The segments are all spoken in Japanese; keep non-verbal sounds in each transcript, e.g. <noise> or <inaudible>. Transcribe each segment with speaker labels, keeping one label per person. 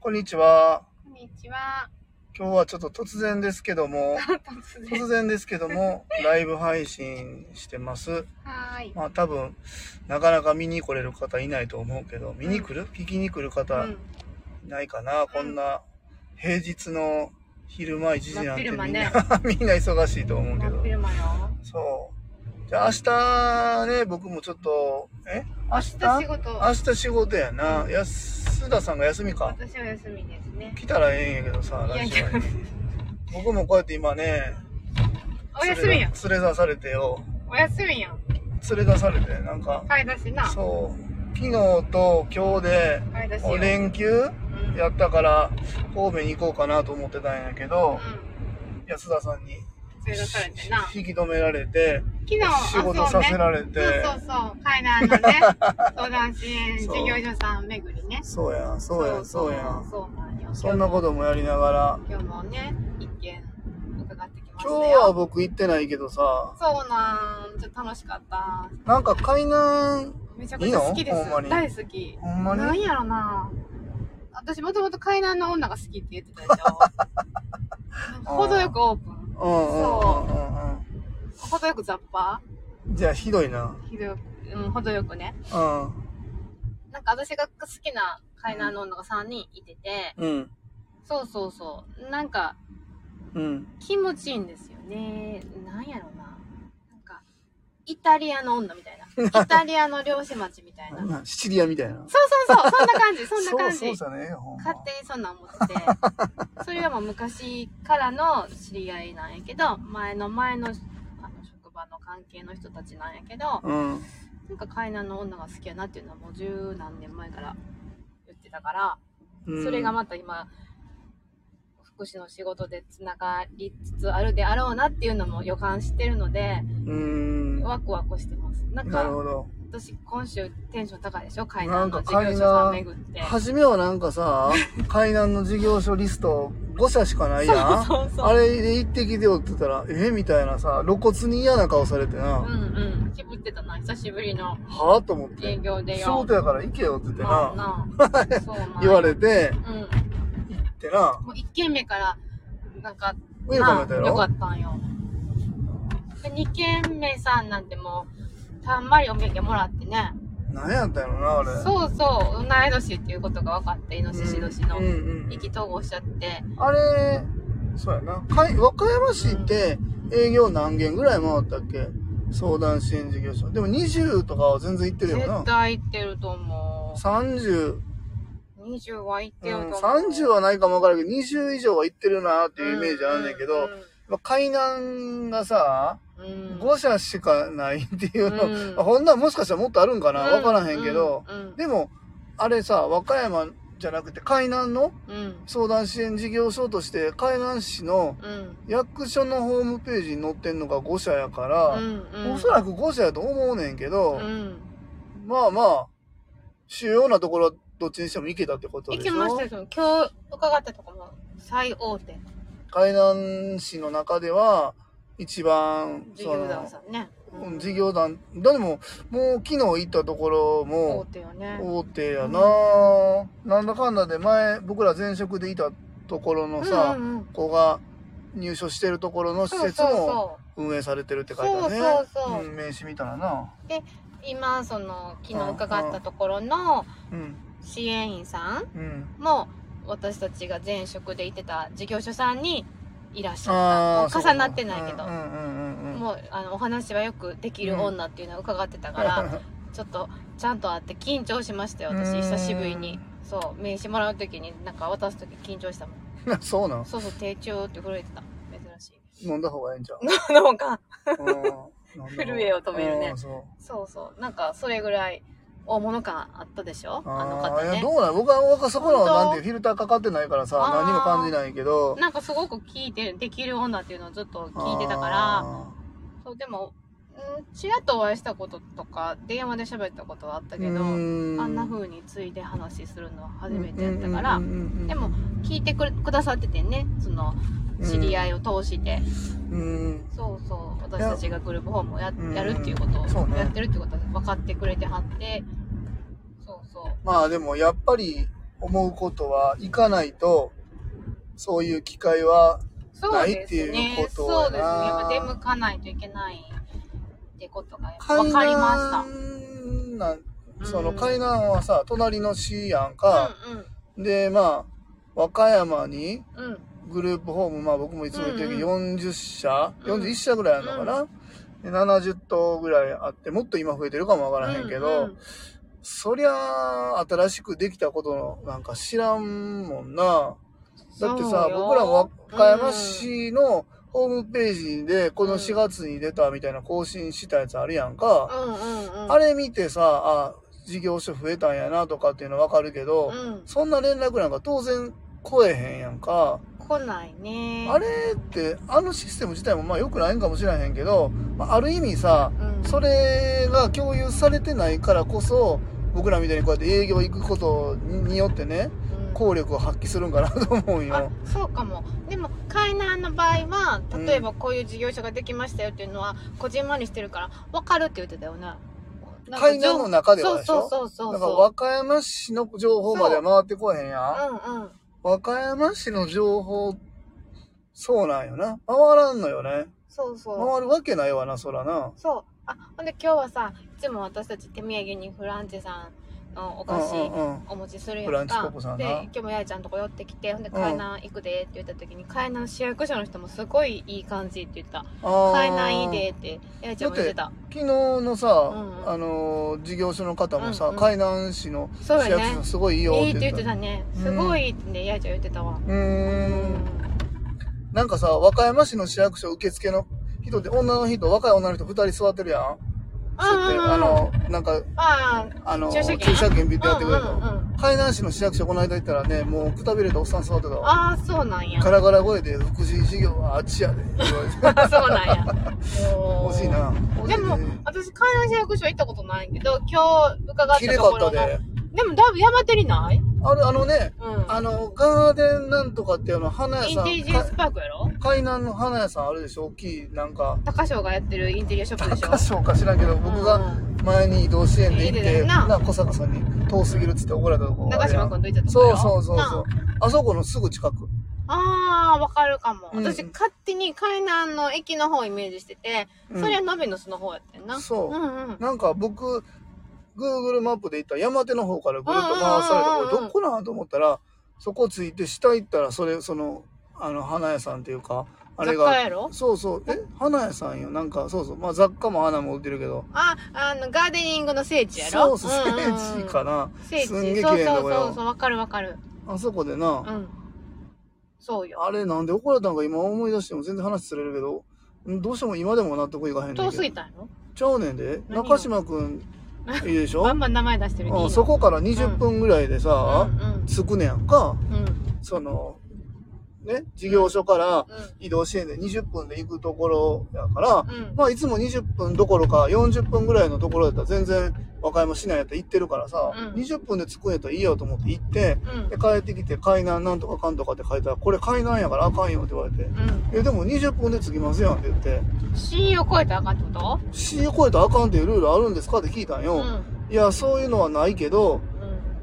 Speaker 1: こんにちは。
Speaker 2: こんにち
Speaker 1: <laughs>
Speaker 2: は。
Speaker 1: 今日はちょっと突然ですけども、
Speaker 2: 突然。
Speaker 1: 突然ですけども、ライブ配信してます。
Speaker 2: はーい。
Speaker 1: まあ多分、なかなか見に来れる方いないと思うけど、見に来る、聞きに来る
Speaker 2: う
Speaker 1: 方い
Speaker 2: ん。
Speaker 1: ないかな、こんな平日の昼間1時なんてみん
Speaker 2: 真っ
Speaker 1: な、
Speaker 2: 昼間
Speaker 1: <laughs>
Speaker 2: ね
Speaker 1: みんな忙しいと思うけ
Speaker 2: 真
Speaker 1: ど
Speaker 2: っ。昼間よ。
Speaker 1: そう。じゃあ明日ね、僕もちょっと、え明
Speaker 2: 明日仕
Speaker 1: 日
Speaker 2: 事。
Speaker 1: 明日仕事やな。安田さんが休みか。
Speaker 2: 私は休みですね。
Speaker 1: 来たらええんやけどさ、
Speaker 2: いや
Speaker 1: ラジオに。僕もこうやって今ね、
Speaker 2: お休みやん。
Speaker 1: 連れ出されてよ。
Speaker 2: お休みやん。
Speaker 1: 連れ出されて、なんか、
Speaker 2: 買い出しな。
Speaker 1: そう、昨日と今日で、
Speaker 2: 買い出し
Speaker 1: もう
Speaker 2: よ。
Speaker 1: 連休
Speaker 2: うん
Speaker 1: やったから、神戸に行こうかなと思ってたんやけ
Speaker 2: う
Speaker 1: ど、
Speaker 2: ん。
Speaker 1: 安田さんに
Speaker 2: 連れ出されてな。昨
Speaker 1: 引き止められて、
Speaker 2: 日、あ
Speaker 1: 仕事させられ
Speaker 2: そうね
Speaker 1: て
Speaker 2: そ、うそうそう。海
Speaker 1: <laughs>
Speaker 2: 南のね、相談支援事業所さん巡りね。
Speaker 1: そうやん、そうやん、そうやん。
Speaker 2: そうなんよ。
Speaker 1: そんなこともやりながら、
Speaker 2: 今日もね、一件伺ってきました
Speaker 1: 今
Speaker 2: よ。
Speaker 1: 日は僕行ってないけどさ、
Speaker 2: そうなん。ちょっと楽しかった。
Speaker 1: なんか海南、
Speaker 2: めちゃくちゃ好きです。
Speaker 1: いいのほんまに
Speaker 2: 大好き。
Speaker 1: ほんま
Speaker 2: なん
Speaker 1: に
Speaker 2: やろな私もともと海南の女が好きって言ってたでしょ
Speaker 1: <laughs>
Speaker 2: 程よくオープ
Speaker 1: う
Speaker 2: ン
Speaker 1: んうんうんうんうん。
Speaker 2: 程よく雑把
Speaker 1: じゃあひどいな。
Speaker 2: ひどよく、うん、程よくね
Speaker 1: うん。
Speaker 2: なんか私が好きな海南の女が3人いてて、
Speaker 1: うん。
Speaker 2: そうそうそうなんか
Speaker 1: うん。
Speaker 2: 気持ちいいんですよねなんやろななんかイタリアの女みたい
Speaker 1: <laughs>
Speaker 2: なイタリアの漁師町みたいなそう
Speaker 1: シチリアみたいな。
Speaker 2: そうそうそんな感じそんな感じ
Speaker 1: そうそうじゃねえよ、ほんま
Speaker 2: 勝。手にそんなん
Speaker 1: <laughs>
Speaker 2: 思っててそれはもう昔からの知り合いなんやけど前の前のあの職場の関係の人たちなんやけど
Speaker 1: うん。
Speaker 2: なんか海南の女が好きやなっていうのはもう十何年前から言ってたから、
Speaker 1: うん
Speaker 2: それがまた今福祉の仕事でつながりつつあるであろうなっていうのも予感してるので
Speaker 1: うん。
Speaker 2: ワクワクしてますなん
Speaker 1: なる
Speaker 2: か
Speaker 1: ほど。
Speaker 2: 私今週テンション高いでしょ海南
Speaker 1: な
Speaker 2: の
Speaker 1: ん
Speaker 2: 事
Speaker 1: か
Speaker 2: 業
Speaker 1: 海
Speaker 2: 所
Speaker 1: 南
Speaker 2: さん巡って
Speaker 1: 初めはなんかさ、海南の事業所リスト5社しかないやん。
Speaker 2: そうそうそう
Speaker 1: あれで行ってきてよって言ったら、えみたいなさ、露骨に嫌な顔されて
Speaker 2: うん
Speaker 1: な、
Speaker 2: うん渋ってたな久しぶりの
Speaker 1: はぁと思って
Speaker 2: 営。業でよ
Speaker 1: 仕事やから行けよって言って
Speaker 2: まあ
Speaker 1: な、<laughs>
Speaker 2: なそうなんや
Speaker 1: 言われて、
Speaker 2: う
Speaker 1: 行ってな、
Speaker 2: んもう1軒目からなんか
Speaker 1: ウェルカムやったや
Speaker 2: なあよか
Speaker 1: ろ
Speaker 2: ったんよで2軒目さんなんてもうたんまりお土産もらってね
Speaker 1: 何やったんやろな、あれ。
Speaker 2: そうそう同い年っていうことが分かってイノシシ年の
Speaker 1: うんうん
Speaker 2: 意気投合しちゃって
Speaker 1: あれ、そうやな。かい和歌山市って営業何軒ぐらい回ったっけ相談支援事業所。でも20とかは全然行ってるよ
Speaker 2: 絶
Speaker 1: な。
Speaker 2: 対行ってると思
Speaker 1: 30、
Speaker 2: う20は行っ
Speaker 1: う
Speaker 2: てると思
Speaker 1: ん、
Speaker 2: う
Speaker 1: 30はないかもわからんけど、20以上は行ってるなっていうイメージあんねんけ
Speaker 2: う
Speaker 1: ど、まあ海南がさ、
Speaker 2: うんうんうん
Speaker 1: 5社しかないっていうの、
Speaker 2: うん
Speaker 1: まあほんなんもしかしたらもっとあるんかなわからへんけど、
Speaker 2: うんうん
Speaker 1: でも、あれさ、和歌山じゃなくて海南の
Speaker 2: うん
Speaker 1: 相談支援事業所として、海南市の
Speaker 2: うん
Speaker 1: 役所のホームページに載ってんのが5社やから、
Speaker 2: うん
Speaker 1: おそらく5社やと思うねんけど、
Speaker 2: うん
Speaker 1: まあまあ、主要なところはどっちにしても行けたってことで
Speaker 2: 行
Speaker 1: し
Speaker 2: き
Speaker 1: ょ
Speaker 2: ましたよ。今日伺ったとこも最大手、
Speaker 1: 海南市の中では、一番、
Speaker 2: 事業団さんね。
Speaker 1: その、
Speaker 2: う
Speaker 1: うんん事業団、でも、もう昨日行ったところ
Speaker 2: 大
Speaker 1: も、
Speaker 2: 手よね。
Speaker 1: 大手やな、なんだかんだで前、僕ら前職でいたところのさ、
Speaker 2: うんうんうん
Speaker 1: 子が入所してるところの施
Speaker 2: そう
Speaker 1: 設
Speaker 2: そう
Speaker 1: も
Speaker 2: そ
Speaker 1: 運営されてるって書いてあるね。
Speaker 2: そうそうそう
Speaker 1: うん名刺見たらな。
Speaker 2: う。今、その、昨日伺ったところの
Speaker 1: うん。
Speaker 2: 支援員さん
Speaker 1: うん。
Speaker 2: も、私たちが前職でいてた事業所さんにいらっしゃ
Speaker 1: あ
Speaker 2: っ
Speaker 1: あ。
Speaker 2: た。もう重なってないけど
Speaker 1: うんう。んうんうん。
Speaker 2: もうあのお話はよくできる女っていうのを伺ってたから、ちょっとちゃんと会って緊張しましたよ私
Speaker 1: うん
Speaker 2: 久しぶりにそう名刺もらう時になんか渡す時緊張したもん
Speaker 1: <laughs> そうなん
Speaker 2: そうそう、手中って震えてた。珍
Speaker 1: <laughs>
Speaker 2: しい。
Speaker 1: 飲んだ方がええん
Speaker 2: <laughs>
Speaker 1: ちゃう
Speaker 2: のが。
Speaker 1: うん
Speaker 2: 震えを止めるね
Speaker 1: うんそう
Speaker 2: そうそう。なんか、それぐらい、大物感あったでしょあの
Speaker 1: あ
Speaker 2: 方
Speaker 1: ーいや
Speaker 2: ね。
Speaker 1: どうなん僕は若そこの
Speaker 2: 本当
Speaker 1: なんていうフィルターかかってないからさ
Speaker 2: あー
Speaker 1: 何も感じないけど
Speaker 2: なんかすごく聞いてる、できる女っていうのをずっと聞いてたから、
Speaker 1: あ
Speaker 2: そう、でも、うんちらっとお会いしたこととか、電話で喋ったことはあった
Speaker 1: ー
Speaker 2: けど、
Speaker 1: う
Speaker 2: あんな
Speaker 1: 風
Speaker 2: 風について話するのは初めてやったから、で
Speaker 1: で
Speaker 2: も、聞いてくれくださっててね、その、知り合いを通して、
Speaker 1: うん
Speaker 2: そうそう私たちがグループホームをややるっていうこと
Speaker 1: うんそう
Speaker 2: を、
Speaker 1: ね
Speaker 2: やってるってことは分かってくれてはってそうそう
Speaker 1: まあでもやっぱり思うことは行かないと、そういう機会は、
Speaker 2: そうです
Speaker 1: ないっていう
Speaker 2: ね。
Speaker 1: こと
Speaker 2: そう
Speaker 1: は
Speaker 2: ですね。
Speaker 1: な
Speaker 2: やっぱ出向かないといけないってことが
Speaker 1: 海
Speaker 2: 分かりま
Speaker 1: 南なん、
Speaker 2: した。
Speaker 1: その
Speaker 2: うん
Speaker 1: 海南はさ、隣の市やんか、で、まあ、和歌山に
Speaker 2: うんうんうん。
Speaker 1: グループホーム、まあ僕もいつも言ってるけど、40社、
Speaker 2: うん
Speaker 1: 41社ぐらいあるのかな、で ?70 頭ぐらいあって、もっと今増えてるかもわからへんけど、
Speaker 2: うんうん
Speaker 1: そりゃあ、新しくできたことのなんか知らんもんな。だってさ
Speaker 2: そう、よ
Speaker 1: 僕ら和歌山市のホームページで、こ
Speaker 2: う
Speaker 1: の
Speaker 2: ん
Speaker 1: 4月に出たみたいな更新したやつあるやんか。
Speaker 2: うんうんうん。
Speaker 1: あれ見てさ、あ、事業所増えたんやなとかっていうのわかるけど、
Speaker 2: うん。
Speaker 1: そんな連絡なんか当然来えへんやんか。
Speaker 2: 来ないね。
Speaker 1: あれって、あのシステム自体もまあ良くないんかもしれへんけど、まあ、ある意味さ、
Speaker 2: うん。
Speaker 1: それが共有されてないからこそ、僕らみたいにこうやって営業行くことによってね、
Speaker 2: うん
Speaker 1: 効力を発揮するんかなと思うん
Speaker 2: あ
Speaker 1: よ。
Speaker 2: そうかもでも海南の場合は例えばこういう事業者ができましたよっていうのはこじんまりしてるから分かるって言ってたよねなんか
Speaker 1: 海南の中ではでし
Speaker 2: そう
Speaker 1: ょ
Speaker 2: そうそ
Speaker 1: だ
Speaker 2: うそう
Speaker 1: から和歌山市の情報までは回ってこえへんやん。
Speaker 2: うんうん
Speaker 1: 和歌山市の情報、そうなんよな。回らんのよね。
Speaker 2: そうそう
Speaker 1: 回るわけないわな、そらな。
Speaker 2: そうあほんで今日はさいつも私たち手土産にフランチェさんのお
Speaker 1: う
Speaker 2: 菓
Speaker 1: んう
Speaker 2: 子、
Speaker 1: んうん。
Speaker 2: お持ちするや
Speaker 1: フ
Speaker 2: んか
Speaker 1: ランチココさんな
Speaker 2: で今日もやいちゃんとこ寄ってきてほんで海南行くでって言った時に、海南市役所の人もすごいいい感じって言った
Speaker 1: あ
Speaker 2: 「
Speaker 1: ー
Speaker 2: 海南いいで」ってやいちゃんも言ってた
Speaker 1: 昨日のさ、
Speaker 2: んうん
Speaker 1: あのー事業所の方もさ、
Speaker 2: うんうん
Speaker 1: 海南市の市
Speaker 2: そう
Speaker 1: 役
Speaker 2: よね
Speaker 1: 所すごいいいよ
Speaker 2: い
Speaker 1: っ
Speaker 2: いって
Speaker 1: て
Speaker 2: 言
Speaker 1: 言
Speaker 2: っ
Speaker 1: って
Speaker 2: て
Speaker 1: た。
Speaker 2: たね。
Speaker 1: うん
Speaker 2: すごいってね、やいちゃん言ってたわ。
Speaker 1: う
Speaker 2: う
Speaker 1: ーん。なんかさ、和歌山市の市役所受付の人で、女の人、若い女の人二人座ってるやん。座ってあの、なんか、
Speaker 2: あ
Speaker 1: あの、
Speaker 2: 駐車券
Speaker 1: 駐車券ビュッてやってくれる
Speaker 2: うんうんう
Speaker 1: の。海南市の市役所この間行ったらね、もうくたびれたおっさん座ってた
Speaker 2: あ、
Speaker 1: わ。
Speaker 2: ああ、そうなんや。
Speaker 1: ガ
Speaker 2: そう
Speaker 1: ラガラ声で、福祉事業はあっちやで。言われて
Speaker 2: <laughs> なんや。おー
Speaker 1: <laughs> 欲しいな。
Speaker 2: で
Speaker 1: 欲
Speaker 2: も
Speaker 1: しいね、
Speaker 2: 私、海南市役所行ったことないけど、今日伺っ
Speaker 1: 綺
Speaker 2: た
Speaker 1: 麗
Speaker 2: と
Speaker 1: か
Speaker 2: こ
Speaker 1: った
Speaker 2: ろの。
Speaker 1: で。
Speaker 2: でも、だいぶ山手にない
Speaker 1: あれ、あのね、
Speaker 2: うん。
Speaker 1: あの、ガーデンなんとかっていうの、花
Speaker 2: イ
Speaker 1: 屋さ
Speaker 2: ンテ
Speaker 1: ん。
Speaker 2: リジェンスパークやろ
Speaker 1: 海南の花屋さんあるでしょ大きい、なんか、
Speaker 2: 高翔がやってるインテリアショップでしょ
Speaker 1: 高所か知らんけど、僕が
Speaker 2: うん
Speaker 1: 前に移動支援で行っ
Speaker 2: いいで
Speaker 1: て、
Speaker 2: すな
Speaker 1: な、小坂さんに遠すぎるっつって怒られたとこあ
Speaker 2: 中
Speaker 1: るや
Speaker 2: 島
Speaker 1: ん
Speaker 2: 君と行ったとこ
Speaker 1: そ
Speaker 2: や
Speaker 1: う
Speaker 2: ろ
Speaker 1: そうそうそう
Speaker 2: な。
Speaker 1: あそこのすぐ近く。
Speaker 2: ああ、わかるかも。
Speaker 1: うん
Speaker 2: 私、勝手に海南の駅の方をイメージしてて、
Speaker 1: うん
Speaker 2: それはのびの巣の方やったよな。
Speaker 1: そう
Speaker 2: うんうん。
Speaker 1: なんか僕、Google マップで行ったら山手の方からぐるっと回されて、
Speaker 2: うんうんう
Speaker 1: こ
Speaker 2: んうん
Speaker 1: れどこなんと思ったら、そこついて下行ったら、それ、その、あの、花屋さんっていうか、あれ
Speaker 2: 雑貨
Speaker 1: が、
Speaker 2: やろ
Speaker 1: そうそう、え、花屋さんよ。なんか、そうそう、まあ雑貨も花も売ってるけど、
Speaker 2: あ、あの、ガーデニングの聖地やろ
Speaker 1: そうそう、聖地か
Speaker 2: な。
Speaker 1: な。
Speaker 2: 聖地。
Speaker 1: すんげえ綺
Speaker 2: そう
Speaker 1: 麗なと
Speaker 2: そう
Speaker 1: こ
Speaker 2: そう、
Speaker 1: よ
Speaker 2: そう。わかるわかる。
Speaker 1: あそこでな、
Speaker 2: うん。そうよ。
Speaker 1: あれなんで怒られたんか今思い出しても全然話ずれるけど、んどうしても今でも納得いかへんねんけど。
Speaker 2: 遠すぎたんやろ
Speaker 1: ちゃうねんで。
Speaker 2: 何が
Speaker 1: 中島くん、いいでしょ
Speaker 2: <laughs> バンバン名前出してる
Speaker 1: うんそこから20分ぐらいで
Speaker 2: は
Speaker 1: さ、
Speaker 2: うんうん。
Speaker 1: 着くねやんか。
Speaker 2: うんうん。
Speaker 1: その、ね、事業所から移動支援で20分で行くところやから、
Speaker 2: うん。
Speaker 1: まあいつも20分どころか40分ぐらいのところやったら全然和歌山市内やったら行ってるからさ、
Speaker 2: うん
Speaker 1: 20分で着くんやったらいいよと思って行って、
Speaker 2: うん
Speaker 1: で。帰ってきて海南なんとかかんとかって書いたら、これ海南やからあかんよって言われて。
Speaker 2: うん。
Speaker 1: え、でも20分で着きますやんって言って、
Speaker 2: C を超えたらあかんってこと
Speaker 1: 市越えたらあかんっていうルールあるんですかって聞いたんよ。
Speaker 2: うん。うん。
Speaker 1: いや、そういうのはないけど、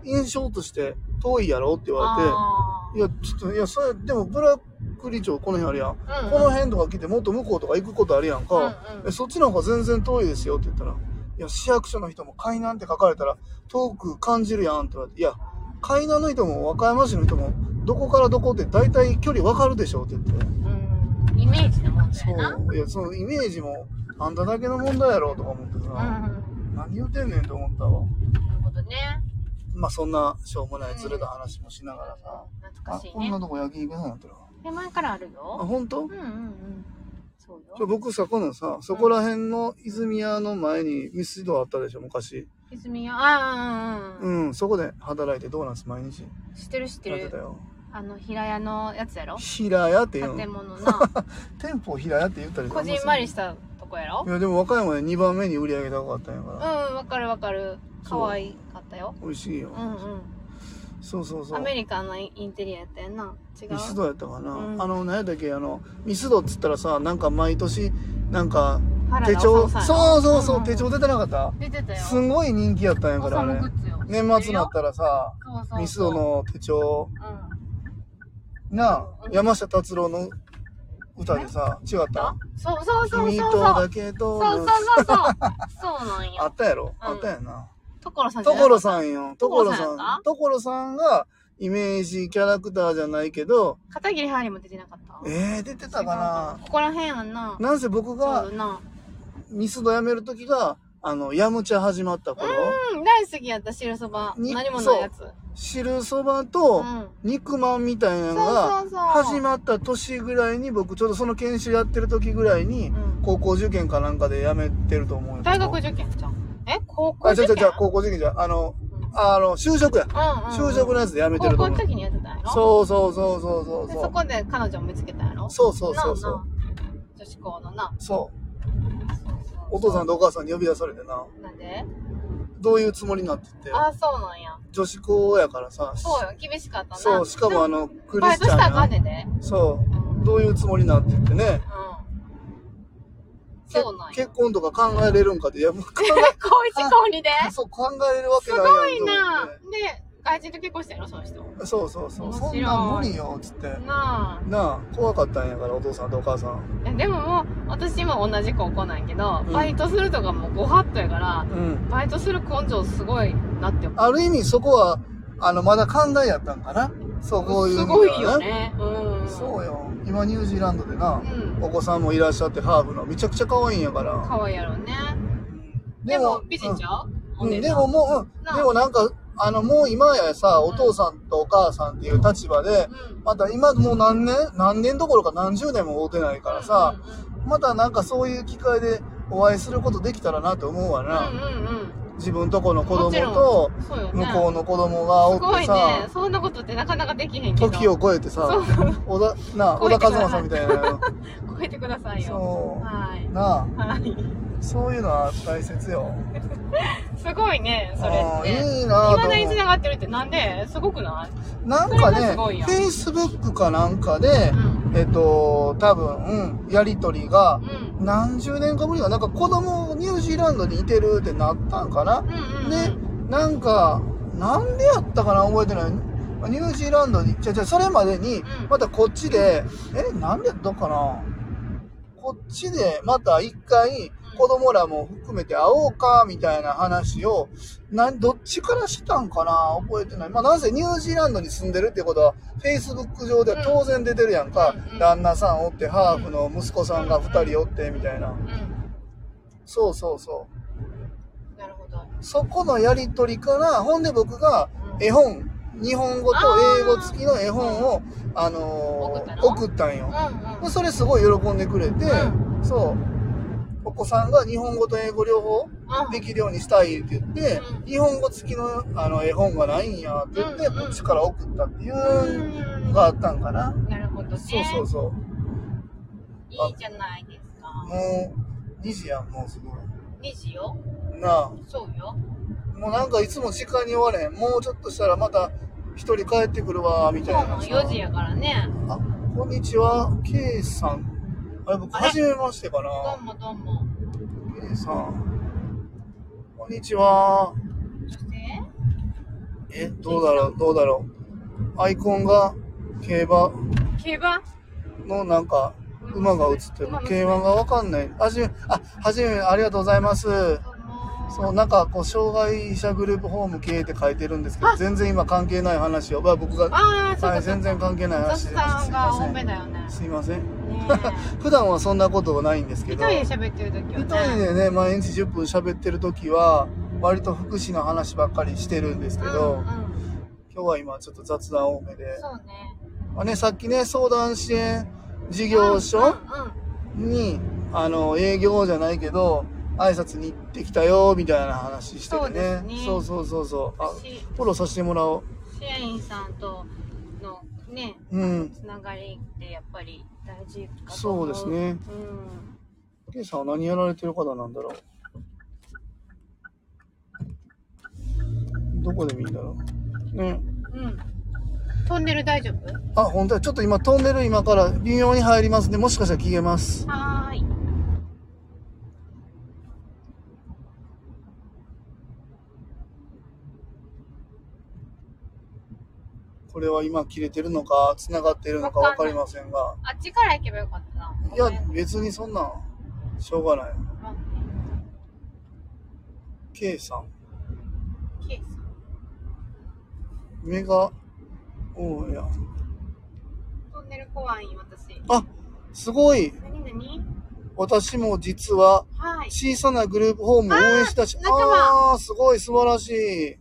Speaker 1: 印象として遠いやろって言われて、
Speaker 2: あ
Speaker 1: いや、ちょっと、いや、それ、でも、ブラックリ町、この辺あるやん。
Speaker 2: ーうん。
Speaker 1: この辺とか来て、もっと向こうとか行くことあるやんか。
Speaker 2: うんうん
Speaker 1: えそっちの方が全然遠いですよって言ったら、いや、市役所の人も海南って書かれたら、遠く感じるやんって言われて、いや、海南の人も和歌山市の人も、どこからどこって大体距離わかるでしょって言って。
Speaker 2: うん。イメージの問題やな。
Speaker 1: そう。いや、そのイメージも、あんただけの問題やろとか思って
Speaker 2: うん
Speaker 1: さ、
Speaker 2: うん。
Speaker 1: 何言うてんねんと思ったわ。
Speaker 2: なるほどね。
Speaker 1: まあ、そんな、しょうもないずれた話もしながらさ、
Speaker 2: 懐
Speaker 1: あ
Speaker 2: かし、い
Speaker 1: こん
Speaker 2: ね
Speaker 1: な。とこ焼き肉屋さんやってるわ。
Speaker 2: 手前からある
Speaker 1: あ、
Speaker 2: よ。
Speaker 1: ほんと
Speaker 2: うんうんうん。そうよ
Speaker 1: ちょ。僕さ、このさ、そこら辺の泉屋の前にミスドあったでしょ、昔。
Speaker 2: 泉屋、ああ、うん
Speaker 1: う
Speaker 2: うん
Speaker 1: ん、そこで働いてドーナツ毎日
Speaker 2: うん。知ってる知って
Speaker 1: やって
Speaker 2: る
Speaker 1: た。よ。
Speaker 2: あの、平屋のやつやろ
Speaker 1: 平屋って言う
Speaker 2: 建
Speaker 1: の。<laughs>
Speaker 2: 物な。
Speaker 1: 店舗平屋って言ったりと
Speaker 2: こ
Speaker 1: か
Speaker 2: じんまり
Speaker 1: し
Speaker 2: したとこやろ
Speaker 1: いや、でも和歌山で2番目に売り上げ高かったんや
Speaker 2: うん、
Speaker 1: から。
Speaker 2: わかるわかる。
Speaker 1: そう
Speaker 2: 可愛かったよ。
Speaker 1: 美味しいよ
Speaker 2: う。んうん。
Speaker 1: そうそうそ
Speaker 2: ア
Speaker 1: う。
Speaker 2: メリカンのインテリアやったやんな。違う。
Speaker 1: ミスドやったかな。
Speaker 2: うん
Speaker 1: あの、何やったっけ、あの、ミスドっつったらさ、なんか毎年、なんか、
Speaker 2: 原田
Speaker 1: 手帳、そ
Speaker 2: 修さん
Speaker 1: う
Speaker 2: やろ
Speaker 1: そうそう、
Speaker 2: んん
Speaker 1: 手帳出てなかった
Speaker 2: 出てたよ。
Speaker 1: すんごい人気やったんや
Speaker 2: お
Speaker 1: か
Speaker 2: さ
Speaker 1: ら、あ
Speaker 2: む
Speaker 1: れ。
Speaker 2: グッズよ。
Speaker 1: 年末になったらさ、
Speaker 2: そうそう
Speaker 1: ミスドの手帳
Speaker 2: うん
Speaker 1: な
Speaker 2: う、ん
Speaker 1: 山下達郎の歌でさ、違った
Speaker 2: そうそうそう
Speaker 1: 君
Speaker 2: そう
Speaker 1: と
Speaker 2: そ
Speaker 1: だ
Speaker 2: う
Speaker 1: け
Speaker 2: そ
Speaker 1: ど、
Speaker 2: うそうそうそうそうなん
Speaker 1: あ
Speaker 2: よ
Speaker 1: ったやろ
Speaker 2: うん
Speaker 1: あったやな。
Speaker 2: 所さんじゃない
Speaker 1: 所さんよ。所
Speaker 2: 所
Speaker 1: さ
Speaker 2: さん
Speaker 1: ん
Speaker 2: が。
Speaker 1: 所さんがイメージキャラクターじゃないけど、
Speaker 2: 片桐ハーリーも出てなかった
Speaker 1: えー、出てたか
Speaker 2: ここら辺やんな
Speaker 1: ななんせ僕
Speaker 2: そ
Speaker 1: が
Speaker 2: うな
Speaker 1: ミスド辞める時が、あの、ヤムチャ始まった頃、
Speaker 2: うん大好きやった汁そば
Speaker 1: に
Speaker 2: 何もないやつう
Speaker 1: 汁そばと
Speaker 2: ん
Speaker 1: 肉まんみたいなの
Speaker 2: そ
Speaker 1: が
Speaker 2: うそうそう
Speaker 1: 始まった年ぐらいに僕ちょうどその研修やってる時ぐらいに
Speaker 2: うん
Speaker 1: 高校受験かなんかで辞めてると思うよ
Speaker 2: 大学受験じゃんえ高校
Speaker 1: あ、じゃ
Speaker 2: 受
Speaker 1: じゃ
Speaker 2: 験
Speaker 1: じゃ高校受験じゃあの、あの、就職や。
Speaker 2: うんうん
Speaker 1: 就職のやつで辞めてると
Speaker 2: 高校
Speaker 1: 思
Speaker 2: の
Speaker 1: う。
Speaker 2: 時にやってたんやろ
Speaker 1: そうそうそうそうそう
Speaker 2: で
Speaker 1: そ。
Speaker 2: そうこで彼女を見つけたんやろ
Speaker 1: そうそうそうそ
Speaker 2: な
Speaker 1: う。
Speaker 2: あなあ女子校のな
Speaker 1: そう。お父さんとお母さんに呼び出されてな、
Speaker 2: なんで
Speaker 1: どういうつもりになってって、
Speaker 2: ああそうなんや
Speaker 1: 女子校やからさ、
Speaker 2: そうよ厳しかったな
Speaker 1: そう、しかもあの、クリ
Speaker 2: バイ
Speaker 1: ス
Speaker 2: ト
Speaker 1: チ
Speaker 2: したらあ
Speaker 1: ャ
Speaker 2: か
Speaker 1: ン
Speaker 2: ん
Speaker 1: が、
Speaker 2: ねんで
Speaker 1: そうう、
Speaker 2: ん
Speaker 1: どういうつもりになってってね、
Speaker 2: そうなんや
Speaker 1: 結婚とか考えれるんかって、いや、もう考
Speaker 2: <laughs> 高一
Speaker 1: <laughs>
Speaker 2: 高二で
Speaker 1: え、そう、考えれるわけ
Speaker 2: す
Speaker 1: ないやん
Speaker 2: ごいな
Speaker 1: と思っ
Speaker 2: で外人と結婚したんやろその人
Speaker 1: てそうそうそう、
Speaker 2: 面
Speaker 1: そ
Speaker 2: 白
Speaker 1: ん
Speaker 2: い
Speaker 1: なん無理よ、つって。
Speaker 2: なあ
Speaker 1: なあ、怖かったんやから、お父さんとお母さん。
Speaker 2: えでももう私今同じ高校なんやけど、
Speaker 1: うん
Speaker 2: バイトするとかもうご法度やから
Speaker 1: うん。
Speaker 2: バイトする根性すごいなって思う
Speaker 1: ある意味、そこは、あの、まだ考えやったんかな。そう、こういう意
Speaker 2: す
Speaker 1: 味で
Speaker 2: ご
Speaker 1: はね。
Speaker 2: いよねうん
Speaker 1: そうよ。今、ニュージーランドでな
Speaker 2: う、ん
Speaker 1: お子さんもいらっしゃって、ハーフの、めちゃくちゃ可愛いんやから。
Speaker 2: かわいいやろね
Speaker 1: で
Speaker 2: で
Speaker 1: も
Speaker 2: も美人ちゃう、
Speaker 1: う
Speaker 2: お姉
Speaker 1: ん、
Speaker 2: さ
Speaker 1: で
Speaker 2: ん
Speaker 1: ももう、う、
Speaker 2: なんあ
Speaker 1: でもなんか、あの、もう今やさ、
Speaker 2: う
Speaker 1: お
Speaker 2: ん
Speaker 1: 父さんとお母さんっていう立場で、
Speaker 2: うん
Speaker 1: また今もう何年何年どころか何十年も会うてないからさ、またなんかそういう機会でお会いすることできたらなと思うわ
Speaker 2: うん
Speaker 1: な。
Speaker 2: うんうん
Speaker 1: 自分とこの子供
Speaker 2: もちろ
Speaker 1: と、
Speaker 2: うんそうよ
Speaker 1: 向
Speaker 2: ね
Speaker 1: こうの子供がお
Speaker 2: すご
Speaker 1: って
Speaker 2: い
Speaker 1: さ、
Speaker 2: ねそんなことってなかなかできへんけど
Speaker 1: 時を超えてさ
Speaker 2: そう、
Speaker 1: 小田、なあ、
Speaker 2: 超
Speaker 1: 小
Speaker 2: えて
Speaker 1: 田
Speaker 2: く
Speaker 1: 和正
Speaker 2: ださい
Speaker 1: さんみ
Speaker 2: <laughs>
Speaker 1: たいな。
Speaker 2: 超えてくださいよ
Speaker 1: そ
Speaker 2: はい。
Speaker 1: う。なあ、
Speaker 2: はい。
Speaker 1: そういうのは大切よ。
Speaker 2: すごいね、それ
Speaker 1: あ
Speaker 2: っ
Speaker 1: あ
Speaker 2: て。
Speaker 1: いいなあと
Speaker 2: 今
Speaker 1: 思
Speaker 2: だに
Speaker 1: う。
Speaker 2: 繋がってるってなんですごくな
Speaker 1: なんか
Speaker 2: それが
Speaker 1: ね、
Speaker 2: すごいよ
Speaker 1: Facebook かなんかで
Speaker 2: い、うん。
Speaker 1: えっと、多分、うん、やりとりが
Speaker 2: う、ん。
Speaker 1: 何十年かぶりか、なんか子供ニュージーランドにいてるってなったんかな
Speaker 2: う。んうん。
Speaker 1: で、なんか、なんでやったかな覚えてない。ニュージーランドに、じゃじゃそれまでに
Speaker 2: ん、
Speaker 1: またこっちで、え、なんでやったかなこっちで、また一回、子供らも含めて会おうか、みたいな話を、なん、どっちからしたんかな覚えてない。まあ、なんせニュージーランドに住んでるってことは、Facebook 上では当然出てるやんか。
Speaker 2: うんうん
Speaker 1: 旦那さんおって、ハーフの息子さんが二人おって、みたいな。
Speaker 2: うん。
Speaker 1: そうそうそう。
Speaker 2: なるほど。
Speaker 1: そこのやりとりから、ほんで僕が
Speaker 2: うん
Speaker 1: 絵本、日本語と
Speaker 2: あー
Speaker 1: 英語付きの絵本を、あの
Speaker 2: 送った
Speaker 1: ー、
Speaker 2: の
Speaker 1: 送ったんよ。
Speaker 2: う
Speaker 1: でそれすごい喜んでくれて、
Speaker 2: う
Speaker 1: そう。お子さんが日本語と英語両方
Speaker 2: んうん。
Speaker 1: できるようにしたいって言って、
Speaker 2: うん
Speaker 1: 日本語付きのあの絵本がないんやって言って、
Speaker 2: うんうん。
Speaker 1: こっちから送ったっていううんのがあったんかな。
Speaker 2: なるほどね。
Speaker 1: そうそうそう。
Speaker 2: いいじゃないですか。
Speaker 1: もう、2時やん、もうすご
Speaker 2: 2時よ。
Speaker 1: い。なあ。
Speaker 2: そうよ。
Speaker 1: もうなんかいつも時間に追われへん。もうちょっとしたらまた一人帰ってくるわ、み
Speaker 2: そ
Speaker 1: たい
Speaker 2: うな
Speaker 1: な
Speaker 2: の、
Speaker 1: さ。
Speaker 2: 4時やからね。
Speaker 1: あ、こんにちは、ケイさん。あれ、僕、
Speaker 2: あれ
Speaker 1: 初めましてか
Speaker 2: どう
Speaker 1: な。
Speaker 2: もどうも。
Speaker 1: ケイさん。こんにちは。
Speaker 2: 女性
Speaker 1: え、どうだろう、どうだろう。アイコンが競馬
Speaker 2: 競馬
Speaker 1: のなんか、馬が映ってる。競馬がわかんない。あじめ、あ、はじめ、ありがとうございます。
Speaker 2: どうも
Speaker 1: そう、なんか、こう、障害者グループホーム経営って書いてるんですけど、全然今関係ない話を、まあ僕が
Speaker 2: ああ、そう
Speaker 1: は
Speaker 2: か
Speaker 1: い、
Speaker 2: そう
Speaker 1: 全
Speaker 2: か。
Speaker 1: 然関係ない
Speaker 2: 雑
Speaker 1: 話です。
Speaker 2: さんが多めだよね。ね
Speaker 1: すいません。すいま
Speaker 2: え。
Speaker 1: せん。普段はそんなことないんです
Speaker 2: 一
Speaker 1: け
Speaker 2: 人
Speaker 1: ど、
Speaker 2: で喋ってる時
Speaker 1: 一
Speaker 2: は
Speaker 1: 人
Speaker 2: ね。
Speaker 1: でね、毎日10分喋ってる時は、割と福祉の話ばっかりしてるんですけど、
Speaker 2: うんうん、
Speaker 1: 今日は今ちょっと雑談多めで、
Speaker 2: そうね。
Speaker 1: まあね、さっきね、相談支援事業所
Speaker 2: うんうんうん
Speaker 1: に、あの、営業じゃないけど、挨拶に行ってきたよ、みたいな話して
Speaker 2: そ
Speaker 1: て
Speaker 2: うですね
Speaker 1: ね。そうそうそうそう。あ、
Speaker 2: し
Speaker 1: フォローさせてもらおう。
Speaker 2: 支援員さんとのね
Speaker 1: うん。
Speaker 2: つながりってやっぱり大事かと
Speaker 1: そ
Speaker 2: 思
Speaker 1: うですね。
Speaker 2: うん
Speaker 1: ケイさんは何やられてる方なんだろうどこで見るんだろうね。
Speaker 2: うんトンネル大丈夫
Speaker 1: あ、本当だ。ちょっと今トンネル今から微妙に入りますね。もしかしたら消えます。
Speaker 2: はーい
Speaker 1: これは今切れてるのか、繋がってるのか分
Speaker 2: わか
Speaker 1: か
Speaker 2: んな
Speaker 1: り
Speaker 2: い
Speaker 1: ませんが、
Speaker 2: あっちから行けばよかったな。
Speaker 1: いや
Speaker 2: ごめん、
Speaker 1: 別にそんなん、しょうがない。
Speaker 2: あ
Speaker 1: K さん、
Speaker 2: ケイさん
Speaker 1: メガ、おーや。
Speaker 2: トンネル怖い、私。
Speaker 1: あ、すごい。
Speaker 2: 何何
Speaker 1: 私も実は、
Speaker 2: はい。
Speaker 1: 小さなグループホームを応援したし
Speaker 2: あ、ー仲間
Speaker 1: ああー、すごい、素晴らしい。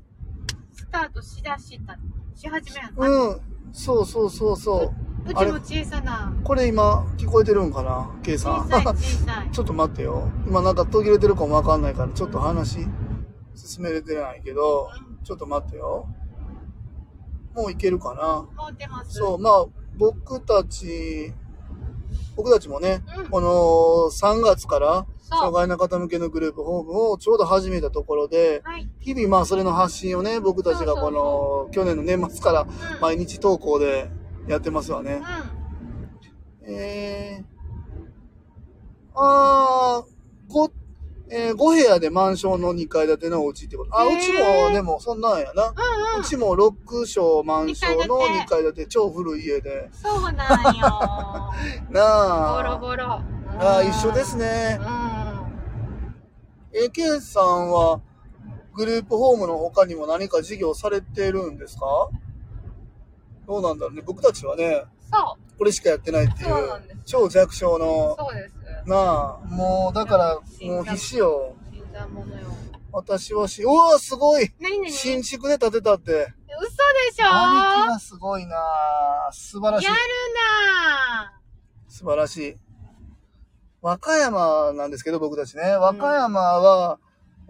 Speaker 2: スタートしだした、し始めやった。
Speaker 1: うん、そうそうそうそうう。あ
Speaker 2: ち
Speaker 1: れ
Speaker 2: も、小さな、
Speaker 1: これ今、聞こえてるんかな、K さ
Speaker 2: 小
Speaker 1: ん。
Speaker 2: さい小さい。
Speaker 1: ちょっと待ってよ。今なんか途切れてるかもわかんないから、ちょっと話進めれてないけど、ちょっと待ってよ。もういけるかな。
Speaker 2: 持ってます。
Speaker 1: そう、まあ、僕たち、僕たちもね、
Speaker 2: うん
Speaker 1: この3月から、
Speaker 2: そう
Speaker 1: 障害の方向けのグループホームをちょうど始めたところで、
Speaker 2: はい。
Speaker 1: 日々まあそれの発信をね、僕たちがこの去年の年末から
Speaker 2: うん
Speaker 1: 毎日投稿でやってますわね。
Speaker 2: う
Speaker 1: えー、あー、ご、えー、5部屋でマンションの2階建てのお家ってこと。あ、
Speaker 2: へー
Speaker 1: うちもでもそんなんやな。
Speaker 2: ん。うんう。
Speaker 1: うんちも6床マンションの
Speaker 2: 二
Speaker 1: 2
Speaker 2: 階
Speaker 1: 階建て、超古い家で。
Speaker 2: そうな
Speaker 1: <laughs>
Speaker 2: んよ。
Speaker 1: な
Speaker 2: ボロ
Speaker 1: あ。
Speaker 2: ボロ。
Speaker 1: あー一緒です
Speaker 2: ね。
Speaker 1: ね
Speaker 2: う。ん。
Speaker 1: AK さんは、グループホームの他にも何か事業されてるんですかどうなんだろうね。僕たちはね、
Speaker 2: そ
Speaker 1: これしかやってないってい
Speaker 2: そうなんで
Speaker 1: う
Speaker 2: す、
Speaker 1: 超弱小
Speaker 2: う。
Speaker 1: の、
Speaker 2: そうです。
Speaker 1: なあ、もうだから、もう必死よ。
Speaker 2: 死んだものよ。
Speaker 1: 私はし、うわすごい
Speaker 2: なになに嘘
Speaker 1: 新
Speaker 2: でし
Speaker 1: 築で建てたって。
Speaker 2: ょ
Speaker 1: 兄貴がすごいな素晴らしい
Speaker 2: や。るな
Speaker 1: 素晴らしい。和歌山なんですけど、僕たちね。和歌山は、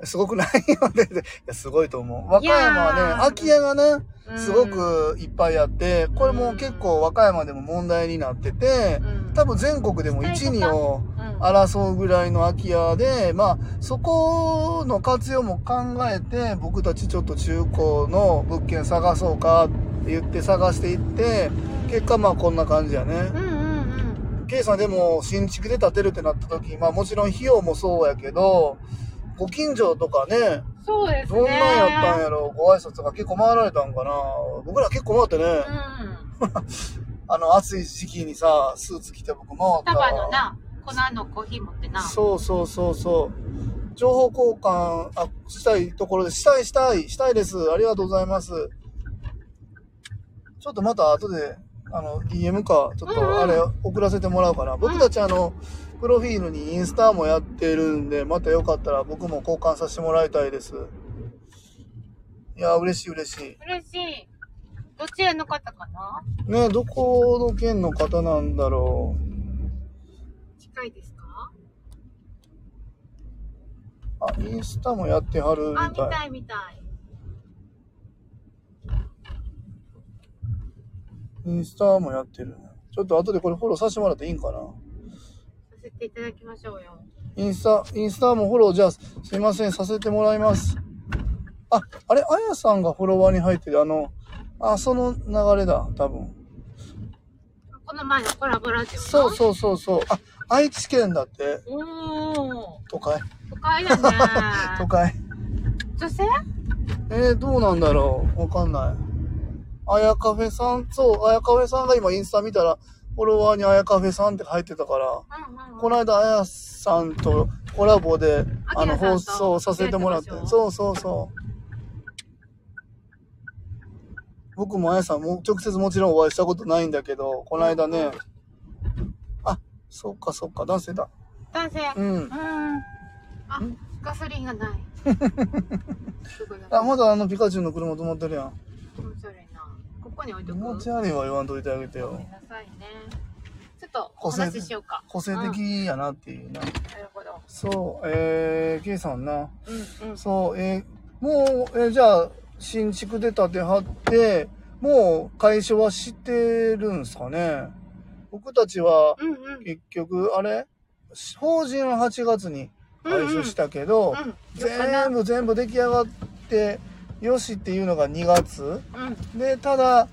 Speaker 1: すごくないよね。いや、すごいと思う。和歌山はいね
Speaker 2: やー、
Speaker 1: 空き家がね、
Speaker 2: ぁ
Speaker 1: すご、くいっぱいあって、これも結構和歌山でも問題になってて
Speaker 2: う、ん
Speaker 1: 多分全国でも1、2を
Speaker 2: うん
Speaker 1: 争うぐらいの空き家で、まあ、そこの活用も考えて、僕たちちょっと中古の物件探そうかって言って探していって、結果まあこんな感じやね
Speaker 2: う。んうんうん。
Speaker 1: K さんでも新築で建てるってなった時、まあもちろん費用もそうやけど、ご近所とかね、
Speaker 2: そうですね。
Speaker 1: どんなんやったんやろ、ご挨拶が結構回られたんかな。僕ら結構回ってね、
Speaker 2: うん。
Speaker 1: あの暑い時期にさ、スーツ着て僕回った。
Speaker 2: タバのな、粉のコーヒー持ってな。
Speaker 1: そうそうそうそう。情報交換あしたいところで、したいしたい、したいです。ありがとうございます。ちょっとまた後で、あの、DM か、ちょっ
Speaker 2: うんうん
Speaker 1: とあれ、送らせてもらうかな。僕たちあの、プロフィールにインスタもやってるんで、またよかったら僕も交換させてもらいたいです。いや、嬉しい嬉しい。
Speaker 2: 嬉しい。どちらの方かな
Speaker 1: ねどこの県の方なんだろう。
Speaker 2: 近いですか
Speaker 1: あ、インスタもやってはるみ
Speaker 2: あ、見
Speaker 1: たい。
Speaker 2: たい見たい。
Speaker 1: インスタもやってるね。ちょっと後でこれフォローさせてもらっていいんかな
Speaker 2: させていただきましょうよ。
Speaker 1: インスタ、インスタもフォローじゃあすいません、させてもらいます。あ、あれ、あやさんがフォロワーに入ってる、あの、あ、その流れだ、多分。
Speaker 2: この前のコラボラジオの
Speaker 1: そうそうそうそう。あ、愛知県だって。
Speaker 2: おー、
Speaker 1: 都会
Speaker 2: 都会だ
Speaker 1: <laughs> 都
Speaker 2: ね。
Speaker 1: 会。
Speaker 2: 女性
Speaker 1: えー、どうなんだろうわかんない。あやカフェさん、そう、あやカフェさんが今インスタ見たら、フォロワーにあやカフェさんって入ってたから。
Speaker 2: うんうん。
Speaker 1: この間、あやさんとコラボで、あ
Speaker 2: あき
Speaker 1: の、
Speaker 2: らさん
Speaker 1: 放
Speaker 2: と
Speaker 1: 送させてもらって
Speaker 2: やって。まし
Speaker 1: そうそうそう。僕もあやさんも直接もちろんお会いしたことないんだけど、この間ね、あ、そっかそっか、男性だ。
Speaker 2: 男性。
Speaker 1: う
Speaker 2: うん。
Speaker 1: ん。
Speaker 2: あ、ガソリンがない。すごいな。
Speaker 1: <laughs> あ、
Speaker 2: も
Speaker 1: まだあのピカチュウの車止まってるやん。
Speaker 2: うち悪いな。ここに置い
Speaker 1: 気
Speaker 2: とく。
Speaker 1: 持ち悪いわ言わんといてあげて
Speaker 2: ごめ
Speaker 1: よ
Speaker 2: ん。なさいね。ちょっとお話ししようか。
Speaker 1: 個性
Speaker 2: うん
Speaker 1: 的やなっていうな。
Speaker 2: なるほど。
Speaker 1: そう、えー、ケイさんな。
Speaker 2: うんうん。
Speaker 1: そう、えーもう、えーじゃあ、新築で建てはって、もう解消はしてるんすかね僕たちは、
Speaker 2: うんうん。
Speaker 1: 結局、あれ法人は8月に解消したけど、
Speaker 2: うんうん。
Speaker 1: 全部全部出来上がって、よしっていうのが2月
Speaker 2: うん。
Speaker 1: で、ただ、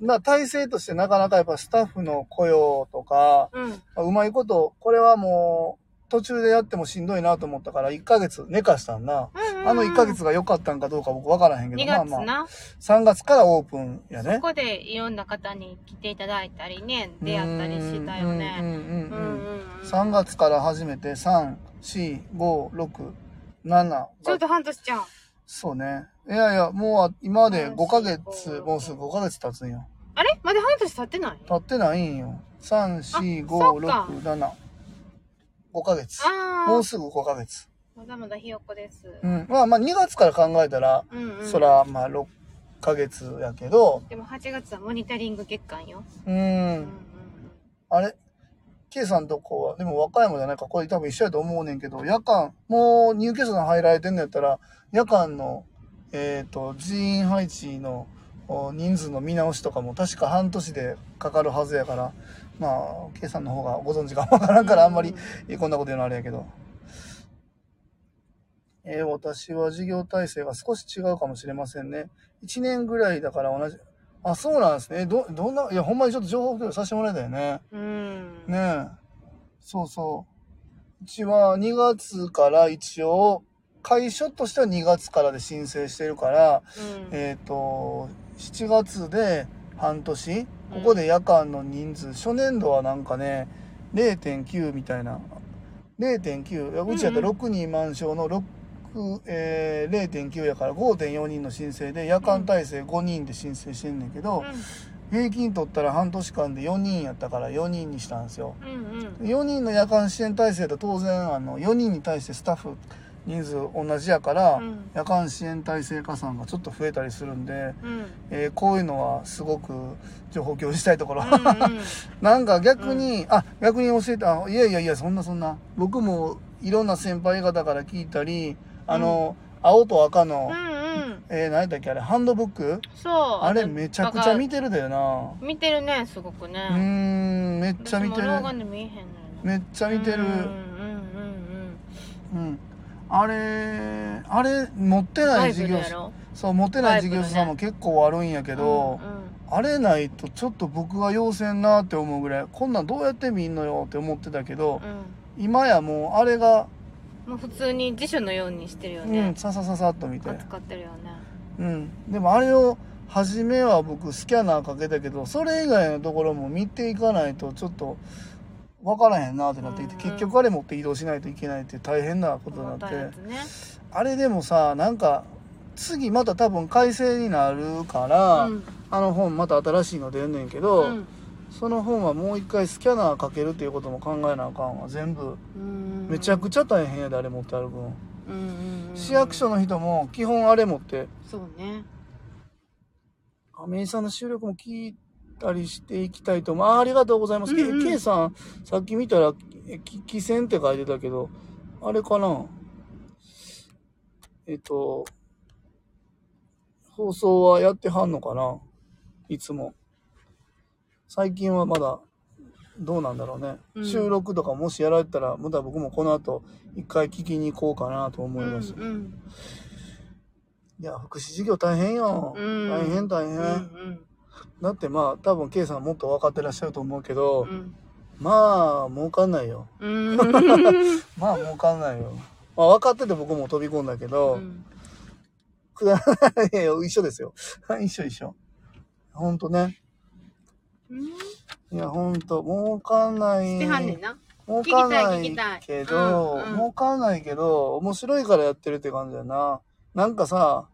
Speaker 1: まあ、体制としてなかなかやっぱスタッフの雇用とか、
Speaker 2: うん。
Speaker 1: まあうまいこと、これはもう、途中でやってもしんどいなと思ったから、1ヶ月寝かしたんな。
Speaker 2: うんうん
Speaker 1: あの1ヶ月が良かったんかどうか僕分からへんけど、
Speaker 2: 2
Speaker 1: まあ
Speaker 2: 月
Speaker 1: ま
Speaker 2: な、
Speaker 1: あ、3月からオープンや
Speaker 2: そ
Speaker 1: ね。
Speaker 2: こでいろんな方に来ていただいたりね出会ったりしたよ
Speaker 1: うん
Speaker 2: ね
Speaker 1: うん
Speaker 2: うん
Speaker 1: う
Speaker 2: うん
Speaker 1: うん
Speaker 2: んうん
Speaker 1: 3月から始めて3、4、5、6、7が
Speaker 2: ちょっと半年じゃん
Speaker 1: そうね。いやいや、もうあ今まで
Speaker 2: 3
Speaker 1: 5ヶ月、
Speaker 2: 4
Speaker 1: もうすぐ5ヶ月経つんよ。
Speaker 2: あれまだ半年経ってない
Speaker 1: 経ってないんよ。3、4、
Speaker 2: そ
Speaker 1: 5、
Speaker 2: っか
Speaker 1: 6、7。5ヶ月。
Speaker 2: あ
Speaker 1: もう
Speaker 2: あ
Speaker 1: すぐ5ヶ月。
Speaker 2: まだまだひよっこです
Speaker 1: うん。まあまあ2月から考えたら、
Speaker 2: うんうん
Speaker 1: そら、まあ6ヶ月やけど、
Speaker 2: でも8月はモニタリング月間よ
Speaker 1: う。
Speaker 2: うんうんん
Speaker 1: あれ ?K さんとこは、でも和歌山じゃないか、これ多分一緒やと思うねんけど、夜間、もう入居者さん入られてんのやったら、夜間の、えっ、と、人員配置のお人数の見直しとかも確か半年でかかるはずやから、まあ、K さんの方がご存知かわからんから、あんまりえこんなこと言うのあれやけど。えー私は事業体制が少し違うかもしれませんね。1年ぐらいだから同じ。あ、そうなんですね。ど、どんな、いや、ほんまにちょっと情報共有させてもらいたいよね。
Speaker 2: うん
Speaker 1: ねえ。そうそう。うちは2月から一応、会社としては2月からで申請してるから、
Speaker 2: うん
Speaker 1: えっ、と、7月で半年、ここで夜間の人数、初年度はなんかね、0.9みたいな。0.9。いやうちやったら6人満床の6、えー0.9やから5.4人の申請で夜間体制5人で申請してんねんけど、平均取ったら半年間で4人やったから4人にしたんですよ。
Speaker 2: うん
Speaker 1: <laughs>
Speaker 2: うんうん
Speaker 1: 4人の夜間支援体制だと当然あの4人に対してスタッフ人数同じやから、
Speaker 2: うん
Speaker 1: 夜間支援体制加算がちょっと増えたりするんで、
Speaker 2: うんうん
Speaker 1: えーこういうのはすごく情報共有したいところ、
Speaker 2: うん
Speaker 1: <laughs> なんか逆に、あ逆に教えてあいやいやいやそんなそんな僕もいろんな先輩方から聞いたりあの、青と赤の、
Speaker 2: うんうん
Speaker 1: えー何だっけあれハンドブック
Speaker 2: そう
Speaker 1: あれめちゃくちゃ見てるだよな
Speaker 2: 見てるねすごく
Speaker 1: うー
Speaker 2: ね
Speaker 1: んめっちゃ見て
Speaker 2: 私
Speaker 1: る
Speaker 2: も老眼で見えへんのよ
Speaker 1: めっちゃ見てる、
Speaker 2: うんうんうん
Speaker 1: うん。あれ、あれ、持って
Speaker 2: うん
Speaker 1: ない事業
Speaker 2: 外部のや
Speaker 1: 者、
Speaker 2: ろ
Speaker 1: そう、持ってない事業者さんも結構あるんやけど、
Speaker 2: うんうん
Speaker 1: あれないとちょっと僕は要せんなって思うぐらい、こんなんどうやって見んのよって思ってたけど、
Speaker 2: う
Speaker 1: 今やもうあれが、
Speaker 2: ん、もう普通に辞書のようにしてるよ
Speaker 1: うん、
Speaker 2: ね、
Speaker 1: ささささっと見て。
Speaker 2: 扱ってるよね
Speaker 1: うん。でもあれを、初めは僕スキャナーかけたけど、それ以外のところも見ていかないとちょっと、わからへんなってなってきて、
Speaker 2: うんうん
Speaker 1: 結局あれ持って移動しないといけないっていう大変なことにな
Speaker 2: 重
Speaker 1: ったて。
Speaker 2: いやつね
Speaker 1: あれでもさなんか次また多分改正になるから、
Speaker 2: うん
Speaker 1: あの本また新しいの出んねんけど、
Speaker 2: うん
Speaker 1: その本はもう一回スキャナーかけるっていうことも考えなあかんわ全部
Speaker 2: うん
Speaker 1: めちゃくちゃ大変やであれ持って歩くの、
Speaker 2: うんうんうん
Speaker 1: 市役所の人も基本あれ持って
Speaker 2: そうね
Speaker 1: 亀井さんの収録も聞いたりしていきたいと思うあありがとうございます、け
Speaker 2: うんうん
Speaker 1: K さんさっき見たら「き汽船」って書いてたけどあれかなえっと放送はやってはんのかないつも最近はまだどうなんだろうね、
Speaker 2: うん
Speaker 1: 収録とかもしやられたらまた僕もこの後一回聞きに行こうかなと思います、
Speaker 2: うんうん
Speaker 1: いや福祉事業大変よ、
Speaker 2: うん
Speaker 1: 大変大変、
Speaker 2: うんうん
Speaker 1: だってまあ多分 K さんもっと分かってらっしゃると思うけど、
Speaker 2: うん
Speaker 1: まあ儲かんないよ
Speaker 2: うんうん
Speaker 1: まあ儲かんないよ、まあ、分かってて僕も飛び込んだけど、くだら <laughs> ないよ一緒ですよ <laughs> 一緒一緒ほんとね
Speaker 2: うん
Speaker 1: いやほんと儲かんな
Speaker 2: してはんね
Speaker 1: い
Speaker 2: んな
Speaker 1: 儲かんな
Speaker 2: 聞きた
Speaker 1: い
Speaker 2: い聞きた
Speaker 1: け
Speaker 2: い
Speaker 1: ど、
Speaker 2: うんうん
Speaker 1: 儲かんないけど面白いからやってるって感じだななんかさ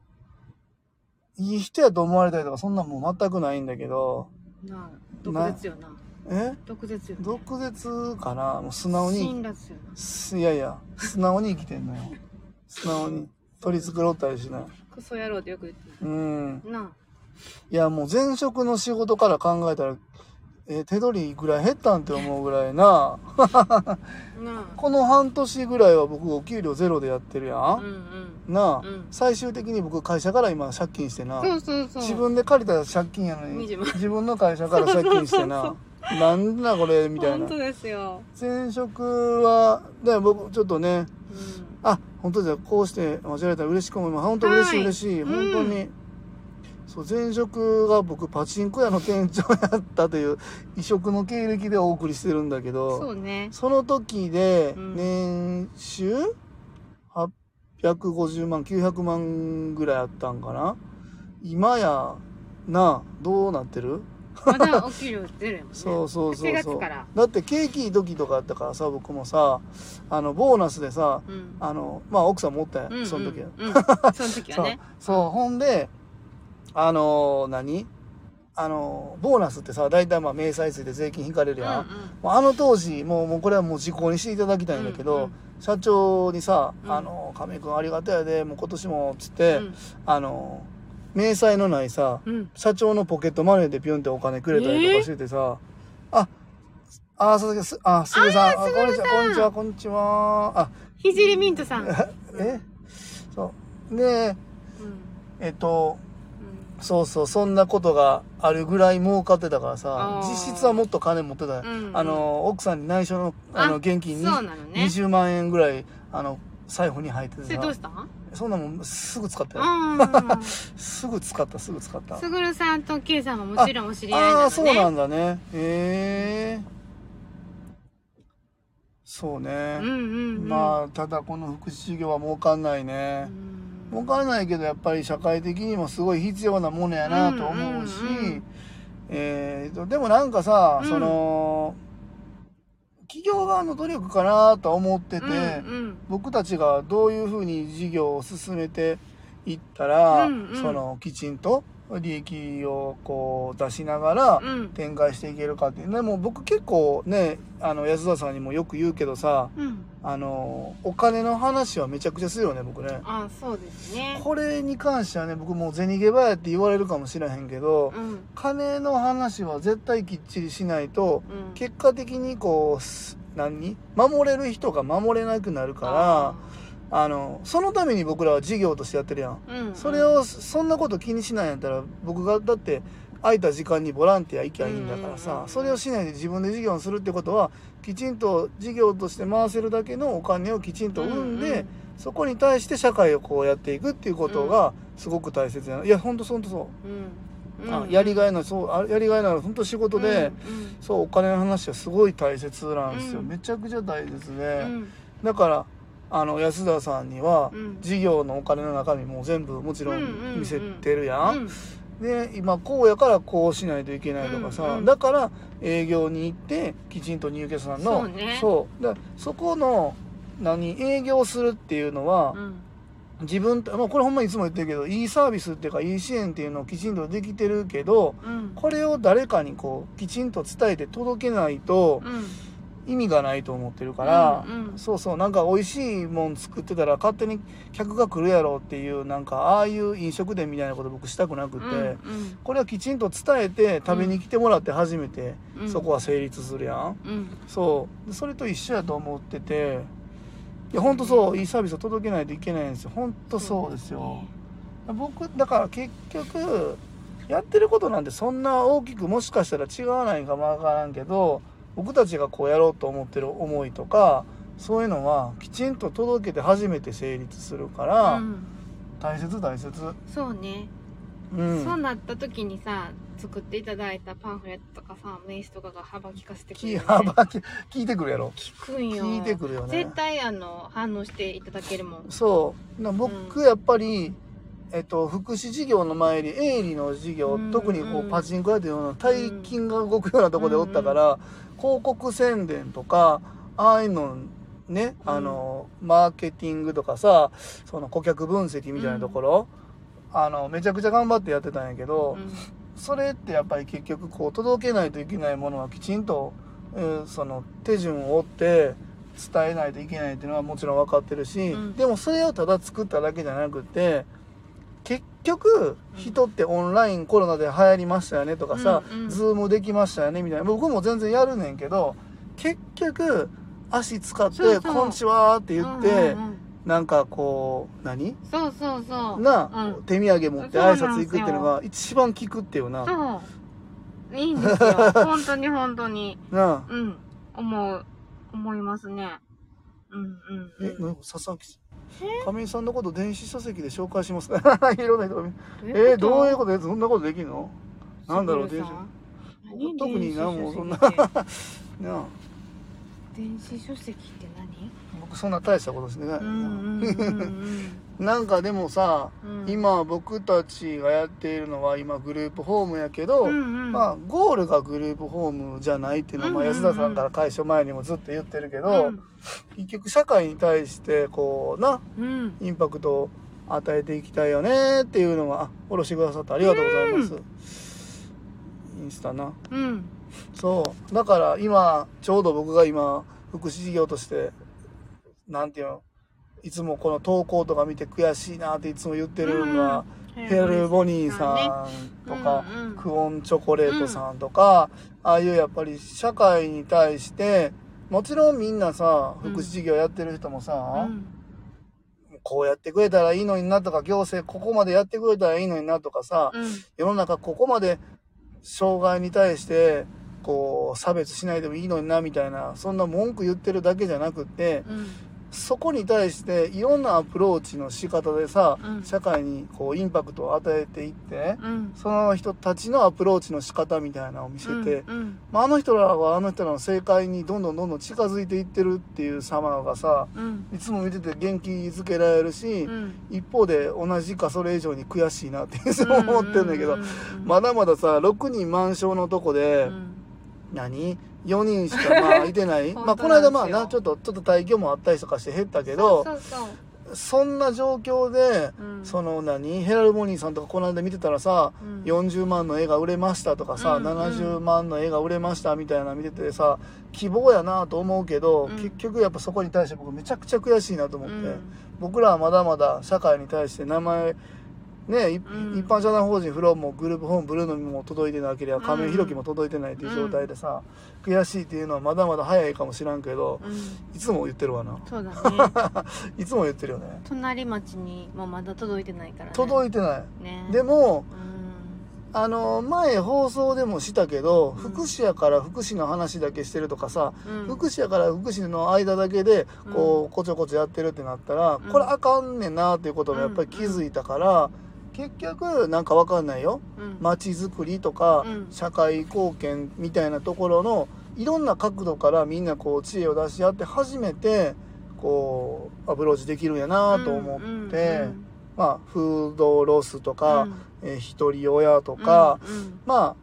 Speaker 1: いい人やと思われたりとかそんなんもう全くないんだけど
Speaker 2: なあ毒舌よな
Speaker 1: え
Speaker 2: 毒舌よね
Speaker 1: 毒舌かなもう素直に
Speaker 2: 辛辣よな
Speaker 1: すいやいや、素直に生きてんのよ。素直に。取り繕ったりしない。
Speaker 2: クソ野郎ってよく言って
Speaker 1: うん。
Speaker 2: るない
Speaker 1: や、もう前職の仕事から考えたら、えー手取りぐらい減ったんって思うぐらいな。
Speaker 2: あな
Speaker 1: この半年ぐらいは僕お給料ゼロでやってるや
Speaker 2: あう
Speaker 1: ん。
Speaker 2: んうん
Speaker 1: なあ、
Speaker 2: うん
Speaker 1: 最終的に僕会社から今借金してな。
Speaker 2: そうそうそう
Speaker 1: 自分で借りた借金やのに、
Speaker 2: 20万
Speaker 1: 自分の会社から借金してな。なんだこれみたいな
Speaker 2: 本。当ですよ
Speaker 1: 前職は、で僕ちょっとね、
Speaker 2: うん
Speaker 1: あ、本当じゃ、こうして間違えたら嬉しく思います。本当嬉しい
Speaker 2: はい
Speaker 1: 嬉しい。
Speaker 2: うん
Speaker 1: 本当に。そう、前職が僕パチンコ屋の店長やったという異色の経歴でお送りしてるんだけ
Speaker 2: そ
Speaker 1: ど、
Speaker 2: うね。
Speaker 1: その時で
Speaker 2: うん
Speaker 1: 年収150万900万ぐらいあったんかな今やなどうなってる
Speaker 2: まだお給料出るもんね。
Speaker 1: そうそうそうそう
Speaker 2: 4月から。
Speaker 1: だって景気時とかあったからさ僕もさあのボーナスでさ
Speaker 2: うん。
Speaker 1: あのまあ奥さん持ったやん、
Speaker 2: うんうん
Speaker 1: その時は、
Speaker 2: うん。その時は
Speaker 1: そう
Speaker 2: ね。
Speaker 1: そうほんであの何あのボーナスってさ大体まあ明細ついて税金引かれる
Speaker 2: うん
Speaker 1: やん、もうあの当時もうもうこれはもう時効にしていただきたいんだけど、社長にさ「
Speaker 2: うん
Speaker 1: あの亀井君ありがたやでもう今年も」っつっ
Speaker 2: う
Speaker 1: て、
Speaker 2: ん
Speaker 1: あの明細のないさ
Speaker 2: うん。うん。
Speaker 1: 社長のポケットマネーでピュンってお金くれたりとかしててさ、ああ佐々木すあすぐさんあこんにちはこんにちはこんにちはあ
Speaker 2: ひじりミントさん。うん。
Speaker 1: えそうでえっと
Speaker 2: うん
Speaker 1: そうそうそんなことがあるぐらい儲かってたから
Speaker 2: あ
Speaker 1: さ
Speaker 2: ー
Speaker 1: 実質はもっと金持ってたよ、
Speaker 2: うん
Speaker 1: あの奥さんに内緒のあの
Speaker 2: あ
Speaker 1: 現金に
Speaker 2: そうなのね。
Speaker 1: 20万円ぐらいあの財布に入ってて
Speaker 2: そ
Speaker 1: さ
Speaker 2: れどうしたん
Speaker 1: そんなもんすぐ使ったよ、 <laughs>
Speaker 2: うん。
Speaker 1: すぐ使ったすぐ使った
Speaker 2: すぐるさんとケイさんはもちろんお知り合いなの
Speaker 1: あ
Speaker 2: ね。
Speaker 1: あーそうなんだねへえそうね
Speaker 2: うんうんうん。
Speaker 1: まあただこの福祉事業は儲かんないね、
Speaker 2: うん
Speaker 1: 儲からないけどやっぱり社会的にもすごい必要なものやなと思うし、
Speaker 2: うんうんうん
Speaker 1: えーとでもなんかさ、
Speaker 2: うん
Speaker 1: その企業側の努力かなとは思ってて、
Speaker 2: うん
Speaker 1: 僕たちがどういうふうに事業を進めていったら、
Speaker 2: うんうん
Speaker 1: そのきちんと利益をこう出しながら
Speaker 2: うんうん
Speaker 1: 展開していけるかっていうでも僕結構ねあの安田さんにもよく言うけどさ
Speaker 2: うん
Speaker 1: あのお金の話はめちゃくちゃするよね僕ね。
Speaker 2: あそうですね
Speaker 1: これに関してはね僕もう銭ゲバやって言われるかもしれへんけど
Speaker 2: うん
Speaker 1: 金の話は絶対きっちりしないと
Speaker 2: うん
Speaker 1: 結果的にこうす何守れる人が守れなくなるから。あのそのために僕らは事業としてやってるやん、
Speaker 2: ら、うん、
Speaker 1: それをそんなこと気にしないんやったら僕がだって空いた時間にボランティア行きゃいいんだからさ、
Speaker 2: うんうんうん
Speaker 1: それをしないで自分で事業をするってことはきちんと事業として回せるだけのお金をきちんと生んで、そこに対して社会をこうやっていくっていうことがすごく大切やないやほんとほんとそ
Speaker 2: うんうん
Speaker 1: う、
Speaker 2: うん、
Speaker 1: あやりがいのそうあやりがいのあるほんと仕事で、そうお金の話はすごい大切なんですよ、
Speaker 2: うん
Speaker 1: めちゃくちゃ大切
Speaker 2: う
Speaker 1: で、
Speaker 2: ん
Speaker 1: だからあの安田さんには、
Speaker 2: うん
Speaker 1: 事業のお金の中身も全部もちろ
Speaker 2: うんうんうんん
Speaker 1: 見せてるやん,、
Speaker 2: うん
Speaker 1: で今こうやからこうしないといけないとかさ、
Speaker 2: うんうん
Speaker 1: だから営業に行ってきちんと入居者さんの
Speaker 2: そうね
Speaker 1: そうだそこの何営業するっていうのは、
Speaker 2: うん
Speaker 1: 自分と、まあ、これほんまいつも言ってるけどいいサービスっていうかいい支援っていうのをきちんとできてるけど
Speaker 2: うん
Speaker 1: これを誰かにこうきちんと伝えて届けないと
Speaker 2: うん
Speaker 1: 意味がないと思ってるから、
Speaker 2: うんうん
Speaker 1: そうそうなんか美味しいもん作ってたら勝手に客が来るやろっていうなんかああいう飲食店みたいなこと僕したくなくて、
Speaker 2: うん
Speaker 1: これはきちんと伝えて食べに来てもらって初めて
Speaker 2: うん
Speaker 1: そこは成立するやん、
Speaker 2: うん
Speaker 1: そうそれと一緒やと思ってていやほんとそういいサービスを届けないといけないんですよほんとそうですよ僕だから結局やってることなんてそんな大きくもしかしたら違わないかもわからんけど僕たちがこうやろうと思ってる思いとかそういうのはきちんと届けて初めて成立するから、
Speaker 2: うん
Speaker 1: 大切大切
Speaker 2: そうね、
Speaker 1: うん
Speaker 2: そうなった時にさ作っていただいたパンフレットとかさ名刺とかが幅利かせてくれる
Speaker 1: 聞
Speaker 2: ね、
Speaker 1: 幅聞聞いてくるやろ
Speaker 2: 聞くんよ
Speaker 1: 聞いてくるよね
Speaker 2: 絶対あの反応していただけるもん
Speaker 1: そうな
Speaker 2: う
Speaker 1: 僕やっぱり、えっと、福祉事業の前に営利の事業、
Speaker 2: うんうん
Speaker 1: 特にこうパチンコ屋というような大金が動くようなところでおったから、広告宣伝とかああいうのね、
Speaker 2: うん
Speaker 1: あのマーケティングとかさその顧客分析みたいなところ、あのめちゃくちゃ頑張ってやってたんやけど、
Speaker 2: うん
Speaker 1: それってやっぱり結局こう届けないといけないものはきちんと、えーその手順を追って伝えないといけないっていうのはもちろん分かってるし、
Speaker 2: うん
Speaker 1: でもそれをただ作っただけじゃなくて結局
Speaker 2: うん
Speaker 1: 人ってオンラインコロナで流行りましたよねとかさ、
Speaker 2: うんうん
Speaker 1: ズームできましたよねみたいな僕も全然やるねんけど結局足使って
Speaker 2: そうそう
Speaker 1: 「こんちは」って言って、
Speaker 2: うんうんうん
Speaker 1: なんかこう何
Speaker 2: そうそうそう
Speaker 1: な、
Speaker 2: うん
Speaker 1: 手土産持って
Speaker 2: そうな
Speaker 1: 挨
Speaker 2: んすよ
Speaker 1: 拶行くっていうのが一番効くっていうな。
Speaker 2: そういい
Speaker 1: <laughs>
Speaker 2: んですよ本当に本当に
Speaker 1: なあ
Speaker 2: うん思う思いますねうんうん
Speaker 1: え、
Speaker 2: うん
Speaker 1: な佐々木さん亀井さんのこと電子書籍で紹介します <laughs> いろんな人が見え
Speaker 2: え
Speaker 1: どういうことでそんなことできるのなんだろう電子
Speaker 2: 特
Speaker 1: 特に
Speaker 2: に
Speaker 1: な
Speaker 2: 何
Speaker 1: も
Speaker 2: も
Speaker 1: うそ
Speaker 2: そ
Speaker 1: ん
Speaker 2: ん
Speaker 1: な
Speaker 2: な
Speaker 1: なあ
Speaker 2: 電子書籍って何
Speaker 1: 僕そんな大したことしてない、
Speaker 2: うんうん
Speaker 1: <laughs>
Speaker 2: うんうん
Speaker 1: なんかでもさ、
Speaker 2: うん
Speaker 1: 今僕たちがやっているのは今グループホームやけど、
Speaker 2: うんうん
Speaker 1: まあゴールがグループホームじゃないっていうのは、まあ
Speaker 2: うんうんうん
Speaker 1: 安田さんから開所前にもずっと言ってるけど、
Speaker 2: うん
Speaker 1: 結局社会に対してこうな
Speaker 2: うん
Speaker 1: インパクトを与えていきたいよねっていうのはあおろしてくださってありがとうございます、インスタな
Speaker 2: うん
Speaker 1: そうだから今ちょうど僕が今福祉事業としてなんていうのいつもこの投稿とか見て悔しいなっていつも言ってるのは、ヘルボニーさんとか、
Speaker 2: うんうん
Speaker 1: クオンチョコレートさんとか、ああいうやっぱり社会に対してもちろんみんなさ
Speaker 2: うん
Speaker 1: 福祉事業やってる人もさ、
Speaker 2: うん
Speaker 1: こうやってくれたらいいのになとか行政ここまでやってくれたらいいのになとかさ、
Speaker 2: うん
Speaker 1: 世の中ここまで障害に対してこう差別しないでもいいのになみたいなそんな文句言ってるだけじゃなくって
Speaker 2: うん
Speaker 1: そこに対していろんなアプローチの仕方でさ、
Speaker 2: うん
Speaker 1: 社会にこうインパクトを与えていって
Speaker 2: うん
Speaker 1: その人たちのアプローチの仕方みたいなのを見せて、
Speaker 2: うん
Speaker 1: まあ、あの人らはあの人らの正解にどんどんどんどん近づいていってるっていう様がさ
Speaker 2: うん
Speaker 1: いつも見てて元気づけられるし、
Speaker 2: うん
Speaker 1: 一方で同じかそれ以上に悔しいなっていつも思ってるんだけど
Speaker 2: う、ん
Speaker 1: まだまださ6人満床のとこで、
Speaker 2: うん
Speaker 1: 何4人しかまあいてない
Speaker 2: <laughs> 本当
Speaker 1: まあこの間ま
Speaker 2: な
Speaker 1: あ
Speaker 2: んです
Speaker 1: なち
Speaker 2: よ
Speaker 1: ょっとちょっと退去もあったりとかして減ったけどそ
Speaker 2: そうそう、
Speaker 1: んな状況で、
Speaker 2: うん、
Speaker 1: その何ヘラルモニーさんとかこの間見てたらさ、
Speaker 2: うん
Speaker 1: 40万の絵が売れましたとかさ、
Speaker 2: うんうん
Speaker 1: 70万の絵が売れましたみたいなの見ててさ希望やなと思うけど、
Speaker 2: うん
Speaker 1: 結局やっぱそこに対して僕めちゃくちゃ悔しいなと思って。
Speaker 2: うん
Speaker 1: 僕らはまだまだ社会に対して名前ね、い
Speaker 2: うん
Speaker 1: 一般社団法人フローもグループホームブルーノミも届いてなければ亀井弘樹も届いてないっていう状態でさ、悔しいっていうのはまだまだ早いかもしらんけど
Speaker 2: うん、
Speaker 1: いつも言ってるわな
Speaker 2: そうだね
Speaker 1: いつも言ってるよね
Speaker 2: 隣町にもまだ届いてないからね
Speaker 1: 届いてない
Speaker 2: ね
Speaker 1: いでも
Speaker 2: うん
Speaker 1: あの前放送でもしたけど
Speaker 2: うん
Speaker 1: 福祉やから福祉の話だけしてるとかさ
Speaker 2: うん
Speaker 1: 福祉やから福祉の間だけでこうこちょこちょやってるってなったら
Speaker 2: ん
Speaker 1: これあかんねんなっていうこともやっぱり気づいたから結局なんかわかんないよ
Speaker 2: うん
Speaker 1: 街づくりとか
Speaker 2: うん
Speaker 1: 社会貢献みたいなところのいろんな角度からみんなこう知恵を出し合って初めてこうアプローチできるんやなと思
Speaker 2: うん
Speaker 1: っ
Speaker 2: う
Speaker 1: て
Speaker 2: ん
Speaker 1: まあフードロスとか
Speaker 2: うん
Speaker 1: えー一人親とか
Speaker 2: うん
Speaker 1: まあ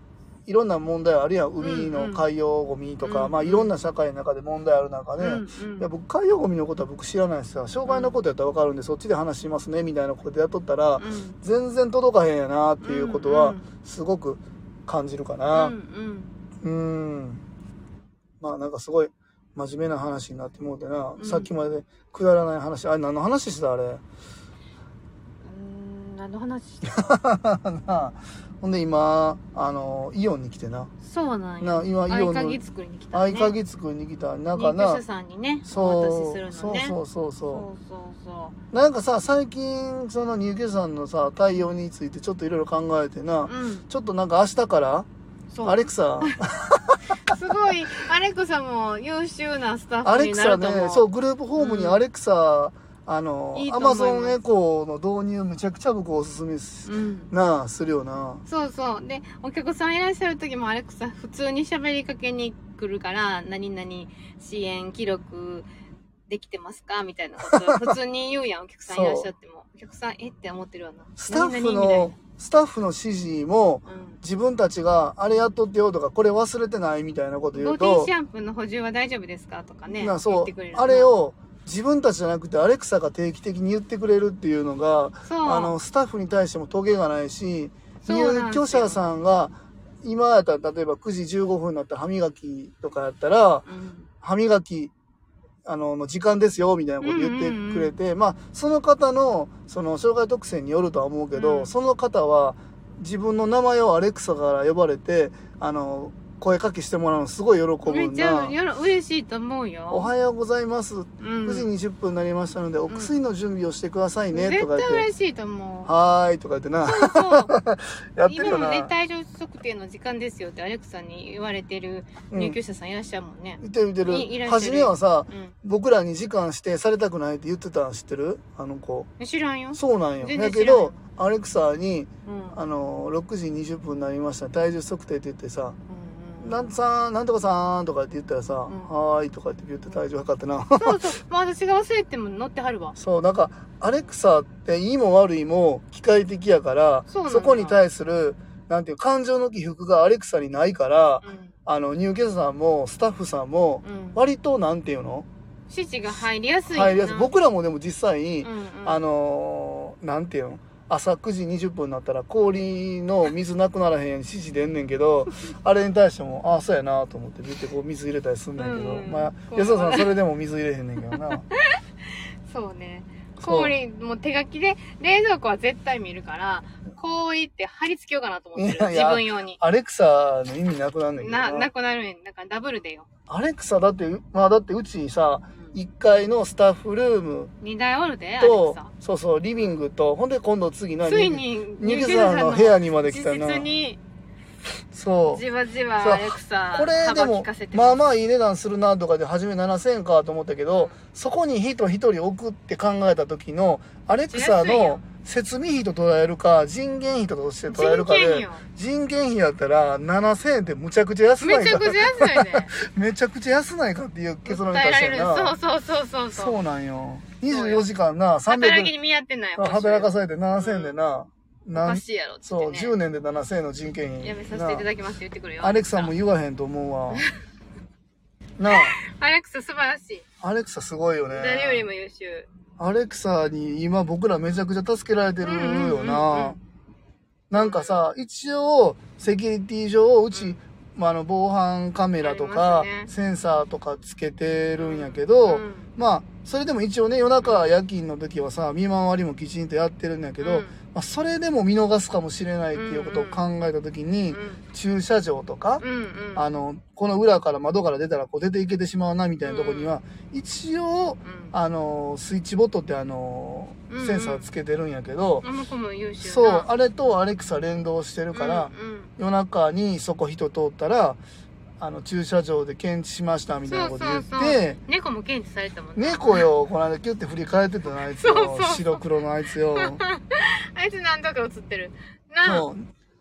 Speaker 1: いろんな問題あるやん
Speaker 2: うん
Speaker 1: 海の海洋ゴミとか、
Speaker 2: うん
Speaker 1: まあいろんな社会の中で問題ある中で、
Speaker 2: うんうん
Speaker 1: いや僕海洋ゴミのことは僕知らないですから障害のことやったら分かるんで、そっちで話しますねみたいなことでやっとったら、
Speaker 2: うん
Speaker 1: 全然届かへんやなっていうこと
Speaker 2: う
Speaker 1: は
Speaker 2: ん
Speaker 1: すごく感じるか
Speaker 2: うん
Speaker 1: な
Speaker 2: うん
Speaker 1: うんまあなんかすごい真面目な話になってもうてな、
Speaker 2: うん
Speaker 1: さっきまでくだらない話あれ何の話してたあれ <laughs> な
Speaker 2: うん何の話してた
Speaker 1: あほんで今あのイオンに来てな
Speaker 2: そうなんや
Speaker 1: な今イオン
Speaker 2: 合
Speaker 1: の
Speaker 2: 鍵作りに来た
Speaker 1: 合
Speaker 2: ね
Speaker 1: 鍵作りに来たなん
Speaker 2: 入
Speaker 1: か
Speaker 2: 居
Speaker 1: な
Speaker 2: 者さんにねお渡し
Speaker 1: そう
Speaker 2: する
Speaker 1: そ
Speaker 2: の
Speaker 1: う
Speaker 2: ね
Speaker 1: そうそうそう
Speaker 2: そそうそう
Speaker 1: なんかさ最近その入居者さんのさ対応についてちょっといろいろ考えてな、
Speaker 2: ううん
Speaker 1: ちょっとなんか明日から
Speaker 2: そう
Speaker 1: アレク
Speaker 2: <laughs>
Speaker 1: サ
Speaker 2: すごいアレクサも優秀なスタッ
Speaker 1: ア
Speaker 2: フ
Speaker 1: レ
Speaker 2: に
Speaker 1: ク
Speaker 2: な
Speaker 1: サ
Speaker 2: ると思う
Speaker 1: ねそうグループホームにアレクサ、あの
Speaker 2: いいと
Speaker 1: アマ
Speaker 2: 思います
Speaker 1: ゾンエコーの導入むちゃくちゃ僕おすすめす,、
Speaker 2: うん
Speaker 1: なあするよな
Speaker 2: そうそうでお客さんいらっしゃる時もアレクサ普通に喋りかけに来るから何々支援記録できてますかみたいなこと普通に言うやんお客さんいらっしゃってもお客さんえって思ってるわな
Speaker 1: スタッフ
Speaker 2: 何々みたい
Speaker 1: のスタッフの指示も
Speaker 2: なうん
Speaker 1: 自分たちがあれやっとってよとかこれ忘れてないみたいなこと言
Speaker 2: ボ
Speaker 1: う
Speaker 2: ディ
Speaker 1: と
Speaker 2: シャンプーの補充は大丈夫ですかとかね
Speaker 1: な
Speaker 2: 言
Speaker 1: そ
Speaker 2: っ
Speaker 1: う
Speaker 2: てくれる
Speaker 1: あれを自分たちじゃなくてアレクサが定期的に言ってくれるっていうのが
Speaker 2: そう
Speaker 1: あのスタッフに対してもトゲがないし
Speaker 2: そうなん
Speaker 1: 入
Speaker 2: ですよ
Speaker 1: 居者さんが今やったら例えば9時15分になった歯磨きとかやったら
Speaker 2: うん
Speaker 1: 歯磨きあのの時間ですよみたいなこと言ってくれて、まあその方のその障害特性によるとは思うけど、
Speaker 2: うん
Speaker 1: その方は自分の名前をアレクサから呼ばれてあの声かけしてもらうのすごい喜ぶ
Speaker 2: めっ
Speaker 1: ん
Speaker 2: ちゃ
Speaker 1: だ。
Speaker 2: よろ嬉しいと思うよ
Speaker 1: おはようございます。
Speaker 2: うん
Speaker 1: 9時20分になりましたので、お薬の準備をしてくださいね、と
Speaker 2: 絶
Speaker 1: か
Speaker 2: 対
Speaker 1: 言って。
Speaker 2: 嬉しいと思う
Speaker 1: はーいとか言ってな。
Speaker 2: そう
Speaker 1: やってる
Speaker 2: 今
Speaker 1: よ
Speaker 2: も
Speaker 1: な。
Speaker 2: ね体重測定の時間ですよってアレクサに言われてる入居者さんいらっしゃるもんね
Speaker 1: うん、見てる見て
Speaker 2: いいら
Speaker 1: る。
Speaker 2: っしゃる
Speaker 1: 初めはさ、
Speaker 2: うん、
Speaker 1: 僕らに時間指定されたくないって言ってたの知ってるあの子。
Speaker 2: 知らんよ、
Speaker 1: そうなんよ。
Speaker 2: 全
Speaker 1: だ
Speaker 2: 然
Speaker 1: け
Speaker 2: 知らん
Speaker 1: ど、アレクサに、
Speaker 2: うんうんうん
Speaker 1: あの、6時20分になりました、体重測定って言ってさ、なんさん、なんとかさんとかって言ったらさ、
Speaker 2: ん
Speaker 1: はーいとかって言って体重測ってな。
Speaker 2: そうそう。まあ私が忘れても乗ってはるわ。
Speaker 1: そう、なんか、アレクサっていいも悪いも機械的やから、
Speaker 2: そうなんだ
Speaker 1: こに対する、なんていう、感情の起伏がアレクサにないから、
Speaker 2: うん。
Speaker 1: あの、入居者さんも、スタッフさんも、
Speaker 2: うん。
Speaker 1: 割と、なんていうの
Speaker 2: 指示が入りやすいよな。
Speaker 1: 入りやすい。僕らもでも実際に、
Speaker 2: うんうん、
Speaker 1: あのーなんていうの朝9時20分になったら氷の水なくならへんように指示出んねんけ
Speaker 2: <laughs>
Speaker 1: どあれに対してもああそうやなと思って見てこう水入れたりすんねんけど、
Speaker 2: うんうん
Speaker 1: まあ
Speaker 2: こう
Speaker 1: 安田さんそれでも水入れへんねんけどな
Speaker 2: そうね。
Speaker 1: そう
Speaker 2: 氷、もう手書きで、冷蔵庫は絶対見るから、氷って貼り付けようかなと思って
Speaker 1: いや
Speaker 2: る。
Speaker 1: い
Speaker 2: 自
Speaker 1: や
Speaker 2: 分用に。
Speaker 1: アレクサの意味なくなんねんけど
Speaker 2: な、
Speaker 1: な
Speaker 2: なくなるねん。だからダブルでよ。
Speaker 1: アレクサだってまあだってうちにさ
Speaker 2: うん
Speaker 1: 1階のスタッフルーム
Speaker 2: 二台おるで、アレク
Speaker 1: と
Speaker 2: サ。
Speaker 1: そうそうリビングとほんで今度次の
Speaker 2: ついに、
Speaker 1: 入居者さんの部屋にまで来たな
Speaker 2: 実に、
Speaker 1: そう
Speaker 2: じわじ
Speaker 1: そう
Speaker 2: わアレクサ、
Speaker 1: これで
Speaker 2: 幅利
Speaker 1: も
Speaker 2: かせて
Speaker 1: まあ
Speaker 2: あ、
Speaker 1: まあいい値段するなとかで初め7000円かと思ったけど、そこに人一人置くって考えた時のアレクサ
Speaker 2: 安いよ
Speaker 1: の設備費と捉えるか人件費として捉える
Speaker 2: 人
Speaker 1: か
Speaker 2: 件
Speaker 1: で
Speaker 2: よ。
Speaker 1: 人件費やったら7000円ってむちゃくちゃ安な
Speaker 2: め
Speaker 1: い
Speaker 2: ちゃ
Speaker 1: か
Speaker 2: くちゃ安い
Speaker 1: <laughs>
Speaker 2: ね。
Speaker 1: めちゃくちゃ安ないかっていう結論に
Speaker 2: 訴え
Speaker 1: 達
Speaker 2: ら
Speaker 1: し
Speaker 2: れ
Speaker 1: た
Speaker 2: る。
Speaker 1: よな
Speaker 2: そうそうそうそう。
Speaker 1: そううなんよ
Speaker 2: そうよ
Speaker 1: 24時間な
Speaker 2: 働き
Speaker 1: 300
Speaker 2: に見合ってない。
Speaker 1: あ働かされて7000円でな,、
Speaker 2: お
Speaker 1: なん
Speaker 2: かしいやろって
Speaker 1: そう
Speaker 2: 言って、ね。
Speaker 1: 10年で7000円の人件費
Speaker 2: やめさせていただきますって言ってくるよ。
Speaker 1: アレクサも言わへんと思う
Speaker 2: <laughs>
Speaker 1: わなあ
Speaker 2: アレクサ素晴らしい。
Speaker 1: アレクサすごいよね。
Speaker 2: 誰よりも優秀。
Speaker 1: アレクサに今僕らめちゃくちゃ助けられてるよ
Speaker 2: うんうんうんう。
Speaker 1: なんなんかさ、一応、セキュリティ上、うち、まあ、あの、防犯カメラと
Speaker 2: あ
Speaker 1: か、
Speaker 2: ります
Speaker 1: センサーとかつけてるんやけど、
Speaker 2: うん
Speaker 1: まあ、それでも一応ね、夜中夜勤の時はさ、見回りもきちんとやってるんやけど、
Speaker 2: うん
Speaker 1: まあ、それでも見逃すかもしれないっていうことを考えた時に、
Speaker 2: う
Speaker 1: 駐車場とか、
Speaker 2: んうんうん。
Speaker 1: あの、この裏から窓から出たらこう出ていけてしまうなみたいなとこには、一応、
Speaker 2: うん
Speaker 1: あの、スイッチボットってあの
Speaker 2: うんう、ん
Speaker 1: センサーつけてるんやけど、
Speaker 2: あの子も優秀な
Speaker 1: そう、あれとアレクサ連動してるから、
Speaker 2: うんうん
Speaker 1: 夜中にそこ人通ったら、あの、駐車場で検知しましたみたいなこと言って、
Speaker 2: そうそうそう猫も検知されたもんね
Speaker 1: 猫よ、この間キュッて振り返ってたな、あいつよ。
Speaker 2: そうそうそう
Speaker 1: 白黒のあいつ
Speaker 2: <laughs>
Speaker 1: よ。
Speaker 2: あいつ何度か映ってるなあ
Speaker 1: そ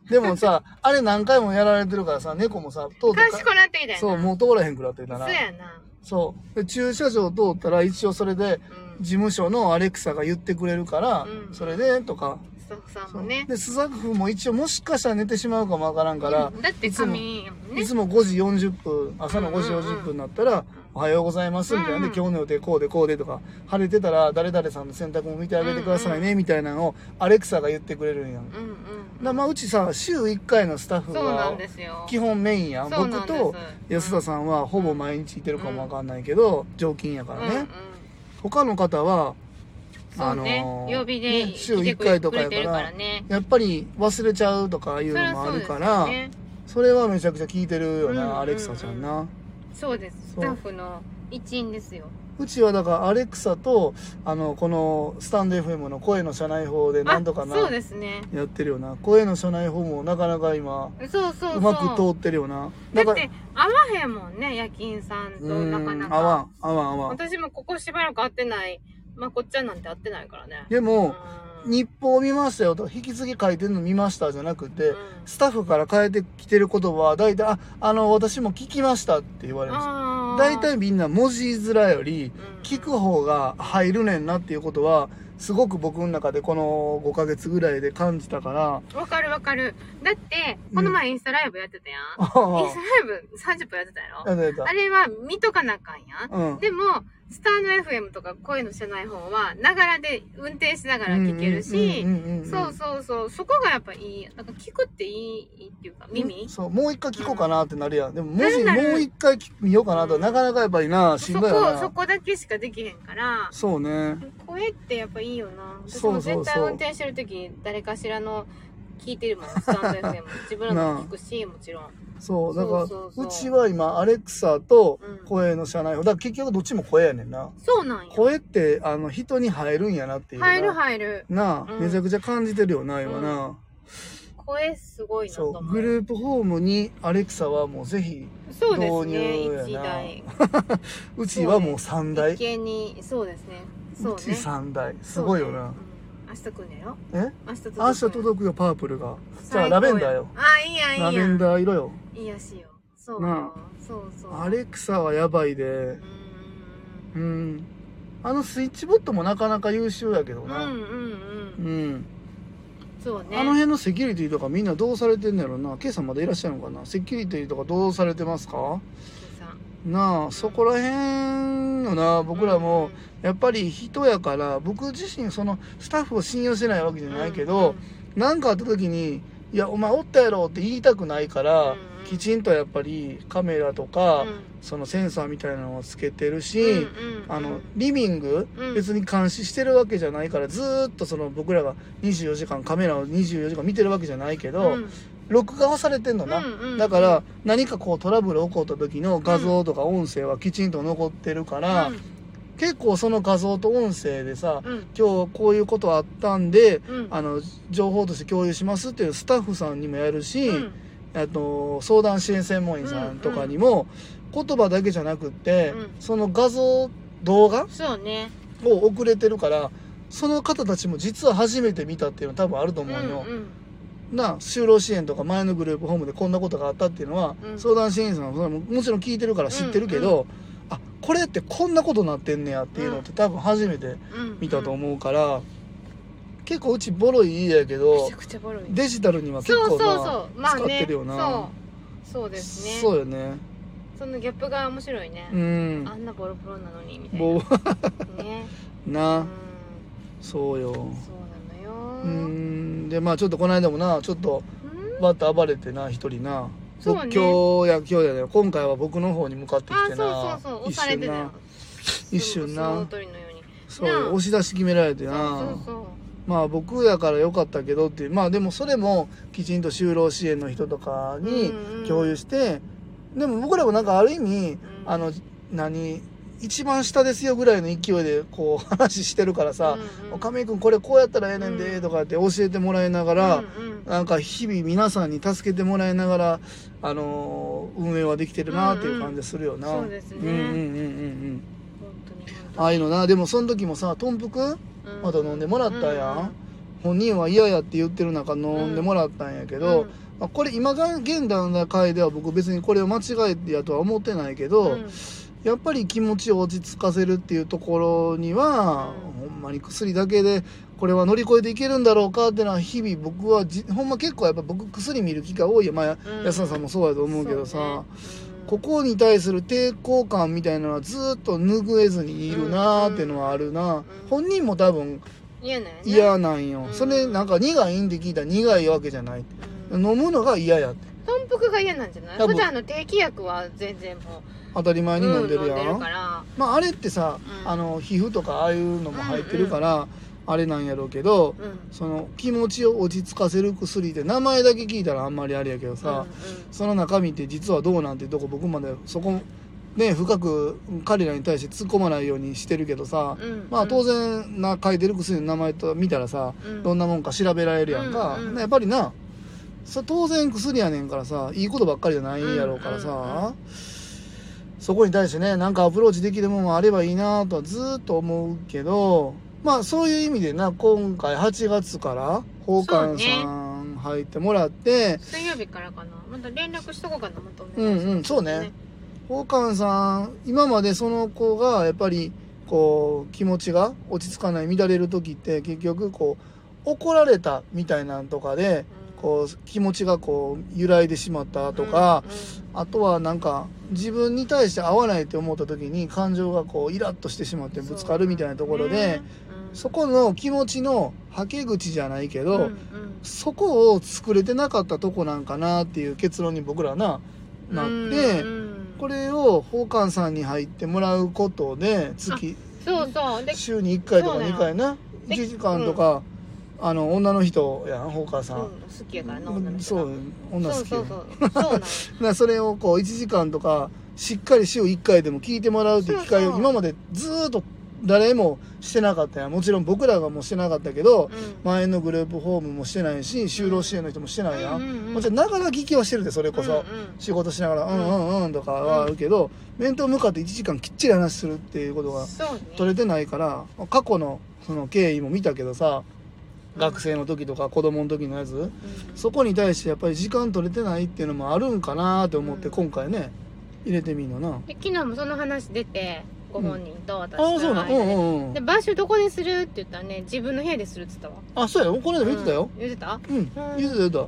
Speaker 1: う。でもさ、あれ何回もやられてるからさ、猫もさ、通って
Speaker 2: 賢くなってきたよな
Speaker 1: そう、もう通らへんくなってたな
Speaker 2: そう。やな
Speaker 1: そう。で、駐車場通ったら一応それで、
Speaker 2: うん
Speaker 1: 事務所のアレクサが言ってくれるから、
Speaker 2: うん
Speaker 1: それで、とか。
Speaker 2: スタッフさんもね
Speaker 1: で、スザクフも一応もしかしたら寝てしまうかもわからんから、
Speaker 2: うんだって髪やもん
Speaker 1: い
Speaker 2: ね
Speaker 1: つも5時40分、朝の5時40分になったら、おはようございます、みたいなんで、
Speaker 2: うんうん
Speaker 1: 今日の予定こうでこうでとか、晴れてたら誰々さんの洗濯も見てあげてくださいね、みたいなのをアレクサが言ってくれるんやん。だか
Speaker 2: うんうん
Speaker 1: らまあ、うちさ、週1回のスタッフ
Speaker 2: そうな
Speaker 1: が、
Speaker 2: んですよ
Speaker 1: 基本メインやん。
Speaker 2: そ
Speaker 1: 僕
Speaker 2: うなんです
Speaker 1: と安田さんはほぼ毎日いてるかもわかんないけど、常勤やからね。
Speaker 2: うんうん
Speaker 1: 他の方は、
Speaker 2: そうね曜日で
Speaker 1: ね週1
Speaker 2: 来てくれ
Speaker 1: 回
Speaker 2: て
Speaker 1: とかや
Speaker 2: る
Speaker 1: から
Speaker 2: からね
Speaker 1: やっぱり忘れちゃうとかいう
Speaker 2: そり
Speaker 1: の
Speaker 2: ゃ
Speaker 1: もあ
Speaker 2: そう
Speaker 1: る
Speaker 2: です
Speaker 1: から
Speaker 2: よ
Speaker 1: そ,、
Speaker 2: ね
Speaker 1: れはめちゃくちゃ聞いてるよな、
Speaker 2: うんうん
Speaker 1: アレクサちゃんな
Speaker 2: そうですス
Speaker 1: そう
Speaker 2: タッフの一員ですよ
Speaker 1: うちはだからアレクサとあのこのスタンド FM の声の社内法で
Speaker 2: あ
Speaker 1: 何とかな
Speaker 2: そうですね
Speaker 1: やってるよな声の社内法もなかなか今
Speaker 2: そうそうそう
Speaker 1: うまく通ってるよな
Speaker 2: だ
Speaker 1: か
Speaker 2: っ
Speaker 1: ら
Speaker 2: て合わへんもんね夜勤さんと
Speaker 1: う
Speaker 2: なか
Speaker 1: ん
Speaker 2: な
Speaker 1: 合わ
Speaker 2: か
Speaker 1: ん合わん合わん
Speaker 2: 私もここしばらく会ってないまこっちゃんなんて会ってないからね
Speaker 1: でも、
Speaker 2: うん
Speaker 1: 日報見ましたよと引き継ぎ書いてるの見ましたじゃなくて、
Speaker 2: うん
Speaker 1: スタッフから変えてきてる言葉は大体、あ、あの、私も聞きましたって言われます。
Speaker 2: あー
Speaker 1: 大体みんな文字面より
Speaker 2: うん
Speaker 1: 聞く方が入るねんなっていうことは、すごく僕の中でこの5ヶ月ぐらいで感じたから、
Speaker 2: わかるわかるだってこの前インスタライブやってたやん、
Speaker 1: ああ
Speaker 2: インスタライブ30分やってたやろ
Speaker 1: やだやだ
Speaker 2: あれは見とかなあかんやん、
Speaker 1: うん。
Speaker 2: でもスタンド FM とか声の社内本はながらで運転しながら聞けるし
Speaker 1: うんうんうんうん
Speaker 2: そうそうそうそこがやっぱいいなんか聞くっていいいいっていうか耳
Speaker 1: そう、もう一回聞こうかなってなるやん。でも文字
Speaker 2: なるなる
Speaker 1: もう一回聞見ようかなと、
Speaker 2: うん
Speaker 1: なかなかやっぱりな、しん
Speaker 2: そ
Speaker 1: どいよ
Speaker 2: こそ
Speaker 1: な。
Speaker 2: こだけしかできへんから
Speaker 1: そうね。
Speaker 2: 声ってやっぱいいよな私
Speaker 1: そ
Speaker 2: も
Speaker 1: うそうそう
Speaker 2: 絶対運転してる時誰かしらの聞いてるもんスタンド FM
Speaker 1: <laughs>
Speaker 2: 自分らのも聞くしもちろん
Speaker 1: そう、だ
Speaker 2: そうそう
Speaker 1: か
Speaker 2: そ
Speaker 1: ら、
Speaker 2: う
Speaker 1: うちは今、アレクサと
Speaker 2: うん
Speaker 1: 声の社内法。だから結局どっちも声やねんな。
Speaker 2: そうなんや
Speaker 1: 声って、あの、人に入るんやなっていうな。
Speaker 2: 入る入る
Speaker 1: なあ、
Speaker 2: うん
Speaker 1: めちゃくちゃ感じてるよな、今な。
Speaker 2: 声すごいなと
Speaker 1: そ
Speaker 2: 思
Speaker 1: う、
Speaker 2: う
Speaker 1: グループホームにアレクサはもうぜひ、
Speaker 2: そうですね
Speaker 1: 導入や
Speaker 2: 1
Speaker 1: な
Speaker 2: 台
Speaker 1: うちはもう3台。
Speaker 2: 一軒にそうですね
Speaker 1: う
Speaker 2: そう
Speaker 1: ち
Speaker 2: ね
Speaker 1: 3台。すごいよな。
Speaker 2: うん明日来んねやろ
Speaker 1: え
Speaker 2: 明日届く
Speaker 1: 明日届くよ、パープルが。じゃあ、ラベンダーよ。
Speaker 2: あいいや
Speaker 1: ラ
Speaker 2: いい
Speaker 1: ベ
Speaker 2: や
Speaker 1: ンダー色よ。
Speaker 2: いいやしよそう
Speaker 1: な
Speaker 2: そうそう
Speaker 1: アレクサはやばいでう
Speaker 2: う、ん
Speaker 1: ん。あのスイッチボットもなかなか優秀やけど
Speaker 2: うん
Speaker 1: な。
Speaker 2: うん
Speaker 1: う
Speaker 2: うん
Speaker 1: ん。
Speaker 2: そうね
Speaker 1: あの辺のセキュリティとかみんなどうされてんのやろな。ケイさんまだいらっしゃるのかな。セキュリティとかどうされてますか
Speaker 2: さん
Speaker 1: なあ、そこら辺のな、僕らも、やっぱり人やから、僕自身そのスタッフを信用してないわけじ
Speaker 2: う
Speaker 1: ゃ
Speaker 2: ん
Speaker 1: ないけど、なんかあった時に、いや、お前おったやろって言いたくないから、
Speaker 2: うんうん
Speaker 1: きちんとやっぱりカメラと
Speaker 2: うん
Speaker 1: か、
Speaker 2: うん
Speaker 1: そのセンサーみたいなのをつけてるし、
Speaker 2: うんうん
Speaker 1: あの、リビング、
Speaker 2: うん
Speaker 1: 別に監視してるわけじゃないから、ずーっとその僕らが24時間、カメラを24時間見てるわけじゃないけど、
Speaker 2: うん
Speaker 1: 録画はされてんのな。
Speaker 2: うんうん
Speaker 1: だから、何かこうトラブル起こった時の画像とか音声はきちんと残ってるから、結構その画像と音声でさ、
Speaker 2: うんうん
Speaker 1: 今日こういうことあったんで、
Speaker 2: うん
Speaker 1: あの、情報として共有しますっていうスタッフさんにもやるし、
Speaker 2: うん
Speaker 1: あと相談支援専門員さんとかにも、言葉だけじゃなくって、
Speaker 2: うん
Speaker 1: その画像動画
Speaker 2: そうね
Speaker 1: を送れてるからその方たちも実は初めて見たっていうの多分あると思うよ、
Speaker 2: うん
Speaker 1: な就労支援とか前のグループホームでこんなことがあったっていうのは、
Speaker 2: うん
Speaker 1: 相談支援員さんもそれももちろん聞いてるから知ってるけど、あこれってこんなことなってんねやっていうのって多分初めて
Speaker 2: うんうん
Speaker 1: 見たと思うから、結構うちボロい家やけ
Speaker 2: め
Speaker 1: ど
Speaker 2: ちゃくちゃボロい
Speaker 1: デジタルには結
Speaker 2: そ
Speaker 1: 構
Speaker 2: うそう
Speaker 1: な
Speaker 2: そうまあ
Speaker 1: 使っ
Speaker 2: ね
Speaker 1: てるよな
Speaker 2: そうそうですね
Speaker 1: そうよね
Speaker 2: そのギャップが面白いね
Speaker 1: うん
Speaker 2: あんなボロボロなのにみたい
Speaker 1: ぼ <laughs>
Speaker 2: なねう
Speaker 1: なんそうよ
Speaker 2: そうなの
Speaker 1: う
Speaker 2: よ
Speaker 1: ーんでまあちょっとこの間もなちょっと
Speaker 2: うん
Speaker 1: バッと暴れてな一人な
Speaker 2: そう
Speaker 1: 僕
Speaker 2: ね
Speaker 1: 今日や今日やね今回は僕の方に向かって
Speaker 2: あ
Speaker 1: きて
Speaker 2: そ
Speaker 1: な
Speaker 2: うそうそう押されてたよ
Speaker 1: 一瞬な
Speaker 2: 相撲取りのように
Speaker 1: そう
Speaker 2: なあ
Speaker 1: よ押し出し決められて
Speaker 2: そ
Speaker 1: な
Speaker 2: うそう
Speaker 1: まあ僕やから良かったけどっていうまあでもそれもきちんと就労支援の人とかに
Speaker 2: うんうん
Speaker 1: 共有してでも僕らもなんかある意味
Speaker 2: うん
Speaker 1: あの何一番下ですよぐらいの勢いでこう <laughs> 話してるからさ、
Speaker 2: うんうん
Speaker 1: 亀井君これこうやったらええねん
Speaker 2: う
Speaker 1: で
Speaker 2: ん
Speaker 1: とかって教えてもらいながら、
Speaker 2: うんうん
Speaker 1: なんか日々皆さんに助けてもらいながら、あのー運営はできてるなっていう感じするよな、
Speaker 2: うんうんそうですね
Speaker 1: んうんうんうん
Speaker 2: 本当に
Speaker 1: うんああいうのなでもその時もさとんぷく
Speaker 2: うん
Speaker 1: また飲んでもらったやん、本人は嫌やって言ってる中飲んでもらったんやけど、
Speaker 2: うん
Speaker 1: まあこれ今が現段階では僕別にこれを間違えやとは思ってないけ
Speaker 2: うん
Speaker 1: ど、
Speaker 2: うん
Speaker 1: やっぱり気持ちを落ち着かせるっていうところには、ほんまに薬だけでこれは乗り越えていけるんだろうかっていうのは日々僕はじほんま結構やっぱ僕薬見る機会多いよ、まあ
Speaker 2: うん
Speaker 1: 安田さんもそうやと思うけどさ、
Speaker 2: そうねうん
Speaker 1: ここに対する抵抗感みたいなのはずっと拭えずにいるなーっていうのはあるな、
Speaker 2: うん
Speaker 1: 本人も多分
Speaker 2: 嫌なんやね
Speaker 1: 嫌なんよ、
Speaker 2: うん
Speaker 1: それなんか苦いんで聞いたら苦いわけじゃない、飲むのが嫌やって
Speaker 2: 豚腹が嫌なんじゃない
Speaker 1: 多分
Speaker 2: 普段の定期薬は全然も
Speaker 1: 当たり
Speaker 2: う
Speaker 1: 前に飲んでるや、
Speaker 2: うん飲んでるから
Speaker 1: まあ、あれってさ、
Speaker 2: うん
Speaker 1: あの皮膚とかああいうのも入ってるから、あれなんやろうけど
Speaker 2: うん
Speaker 1: その気持ちを落ち着かせる薬って名前だけ聞いたらあんまりあれやけどさ、その中身って実はどうなんてとこ僕までそこね深く彼らに対して突っ込まないようにしてるけどさ、
Speaker 2: うんうん
Speaker 1: まあ当然な書いてる薬の名前と見たらさ、
Speaker 2: うん
Speaker 1: どんなもんか調べられるやんか、
Speaker 2: うんうん
Speaker 1: なやっぱりなそ当然薬やねんからさいいことばっかりじゃないんやろうからさ、
Speaker 2: うんうんうん
Speaker 1: そこに対してねなんかアプローチできるもんもあればいいなとはずーっと思うけどまあそういう意味でな今回8月から宝冠さん入ってもらって
Speaker 2: 水曜日からかなまた連絡しとこうかなまたお
Speaker 1: う,、
Speaker 2: 願いし
Speaker 1: んうんそう
Speaker 2: ます
Speaker 1: ね宝冠さん今までその子がやっぱりこう気持ちが落ち着かない乱れる時って結局こう怒られたみたいなんとかで
Speaker 2: うん
Speaker 1: こう気持ちがこう揺らいでしまったとか、あとはなんか自分に対して合わないって思った時に感情がこうイラッとしてしまってぶつかるみたいなところで、そこの気持ちのはけ口じゃないけど、
Speaker 2: うんうん
Speaker 1: そこを作れてなかったとこなんかなっていう結論に僕らな
Speaker 2: うん
Speaker 1: なって、
Speaker 2: うん
Speaker 1: これを宝冠さんに入ってもらうことで月
Speaker 2: そうそうで
Speaker 1: 週に1回とか
Speaker 2: そうなん
Speaker 1: 2
Speaker 2: や
Speaker 1: 回な
Speaker 2: で
Speaker 1: 1時間とか、あの女の人やん宝冠さ
Speaker 2: うん
Speaker 1: ん。
Speaker 2: 好きやからな女の人
Speaker 1: そう女好き
Speaker 2: そ
Speaker 1: よ
Speaker 2: うそうそうそうなの
Speaker 1: だからそれをこう1時間とかしっかり週1回でも聞いてもらうっていう機会
Speaker 2: そう
Speaker 1: を
Speaker 2: そう
Speaker 1: 今までずーっと誰もしてなかったやんもちろん僕らがもうしてなかったけど前のグループホームもしてないし就労支援の人も <laughs> してないや
Speaker 2: うんうんうんん
Speaker 1: もちろんながら聞きはしてるでそれこそ
Speaker 2: うんうん
Speaker 1: 仕事しながら「うんうんうん」とかはあるけど面と向かって1時間きっちり話するっていうこと
Speaker 2: う
Speaker 1: が
Speaker 2: んそうね
Speaker 1: 取れてないから過去のその経緯も見たけどさ学生の時とか子供の時のやつ
Speaker 2: うん
Speaker 1: そこに対してやっぱり時間取れてないっていうのもあるんかなと思って
Speaker 2: うん
Speaker 1: 今回ね入れてみんのな
Speaker 2: で昨日もその話出てご本人と私
Speaker 1: ああそ
Speaker 2: と
Speaker 1: う
Speaker 2: の
Speaker 1: な
Speaker 2: 間
Speaker 1: ん
Speaker 2: で
Speaker 1: うんうんうん
Speaker 2: で場所どこにするって言ったらね自分の部屋でするって言ったわ
Speaker 1: あそうやろこの間も言ってたよ
Speaker 2: うん言ってた
Speaker 1: うん
Speaker 2: う
Speaker 1: 言
Speaker 2: ん
Speaker 1: ってた言ってた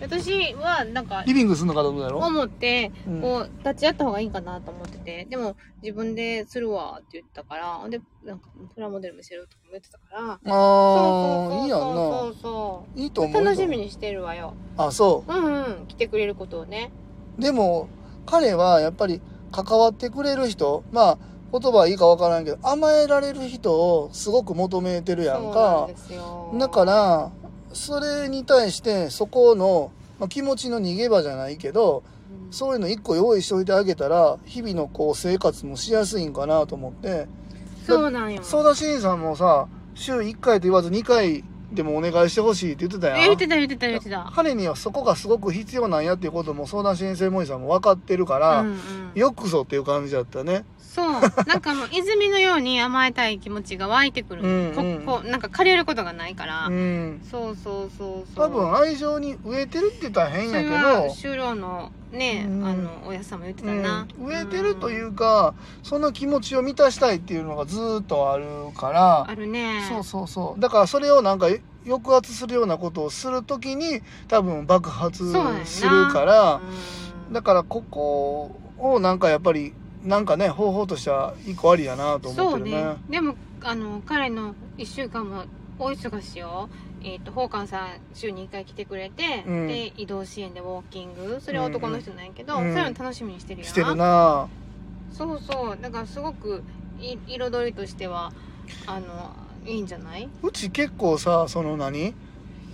Speaker 2: 私はなんか
Speaker 1: リビングすんのかと思うやろ
Speaker 2: 思って
Speaker 1: うん
Speaker 2: こう立ち会った方がいいかなと思っててでも自分でするわって言ったからでなんかプラモデル見せるとかも言ってたから
Speaker 1: ああいいやん
Speaker 2: そ
Speaker 1: な
Speaker 2: うそ
Speaker 1: いいと
Speaker 2: うそ
Speaker 1: 思
Speaker 2: うそう
Speaker 1: う
Speaker 2: 楽しみにしてるわよ
Speaker 1: あそう
Speaker 2: うんうん来てくれることをね
Speaker 1: でも彼はやっぱり関わってくれる人まあ言葉はいいかわからんけど甘えられる人をすごく求めてるやん
Speaker 2: そうな
Speaker 1: か
Speaker 2: んですよ
Speaker 1: だからそれに対してそこの、まあ気持ちの逃げ場じゃないけど
Speaker 2: うん
Speaker 1: そういうの一個用意しておいてあげたら日々のこう生活もしやすいんかなと思って
Speaker 2: そうなんよ
Speaker 1: 相談支援さんもさ週1回と言わず2回でもお願いしてほしいって言ってた
Speaker 2: え
Speaker 1: やん
Speaker 2: 言ってた言ってた言ってた
Speaker 1: 彼にはそこがすごく必要なんやっていうことも相談支援専門員さんも分かってるから、
Speaker 2: うんうん
Speaker 1: よくぞっていう感じだったね。
Speaker 2: そう。なんかもう、泉のように甘えたい気持ちが湧いてくる。
Speaker 1: うんうん
Speaker 2: ここ、なんか借りることがないから。
Speaker 1: うん。
Speaker 2: そうそうそうそ
Speaker 1: 多
Speaker 2: う。
Speaker 1: 分愛情に植えてるって言ったら変
Speaker 2: そ
Speaker 1: や
Speaker 2: れ
Speaker 1: け
Speaker 2: は、
Speaker 1: ど、
Speaker 2: 修郎のね、
Speaker 1: うん
Speaker 2: あの、おやさんも言ってた
Speaker 1: うん
Speaker 2: な。
Speaker 1: 植えてるといううか、その気持ちを満たしたいっていうのがずーっとあるか
Speaker 2: ん。あ
Speaker 1: ら、
Speaker 2: るね。
Speaker 1: そうそうそう。だからそれをなんか抑圧するようなことをするときに多分爆発
Speaker 2: そうやんな
Speaker 1: するから、
Speaker 2: うん
Speaker 1: だからここをなんかやっぱり、なんかね、方法としては一個ありやなと思
Speaker 2: そ
Speaker 1: っ
Speaker 2: う
Speaker 1: てる
Speaker 2: ね
Speaker 1: ね。。
Speaker 2: でも、あの、彼の一週間も、お忙しいよ。えっ、と、宝冠さん、週に一回来てくれて、
Speaker 1: うん
Speaker 2: で、移動支援でウォーキング。それは男の人なんやけど、
Speaker 1: うんうん
Speaker 2: そういうの楽しみにしてるよ
Speaker 1: してるな
Speaker 2: そうそうだからすごくい彩りとしてはあのいいんじゃないう
Speaker 1: ち結構さその何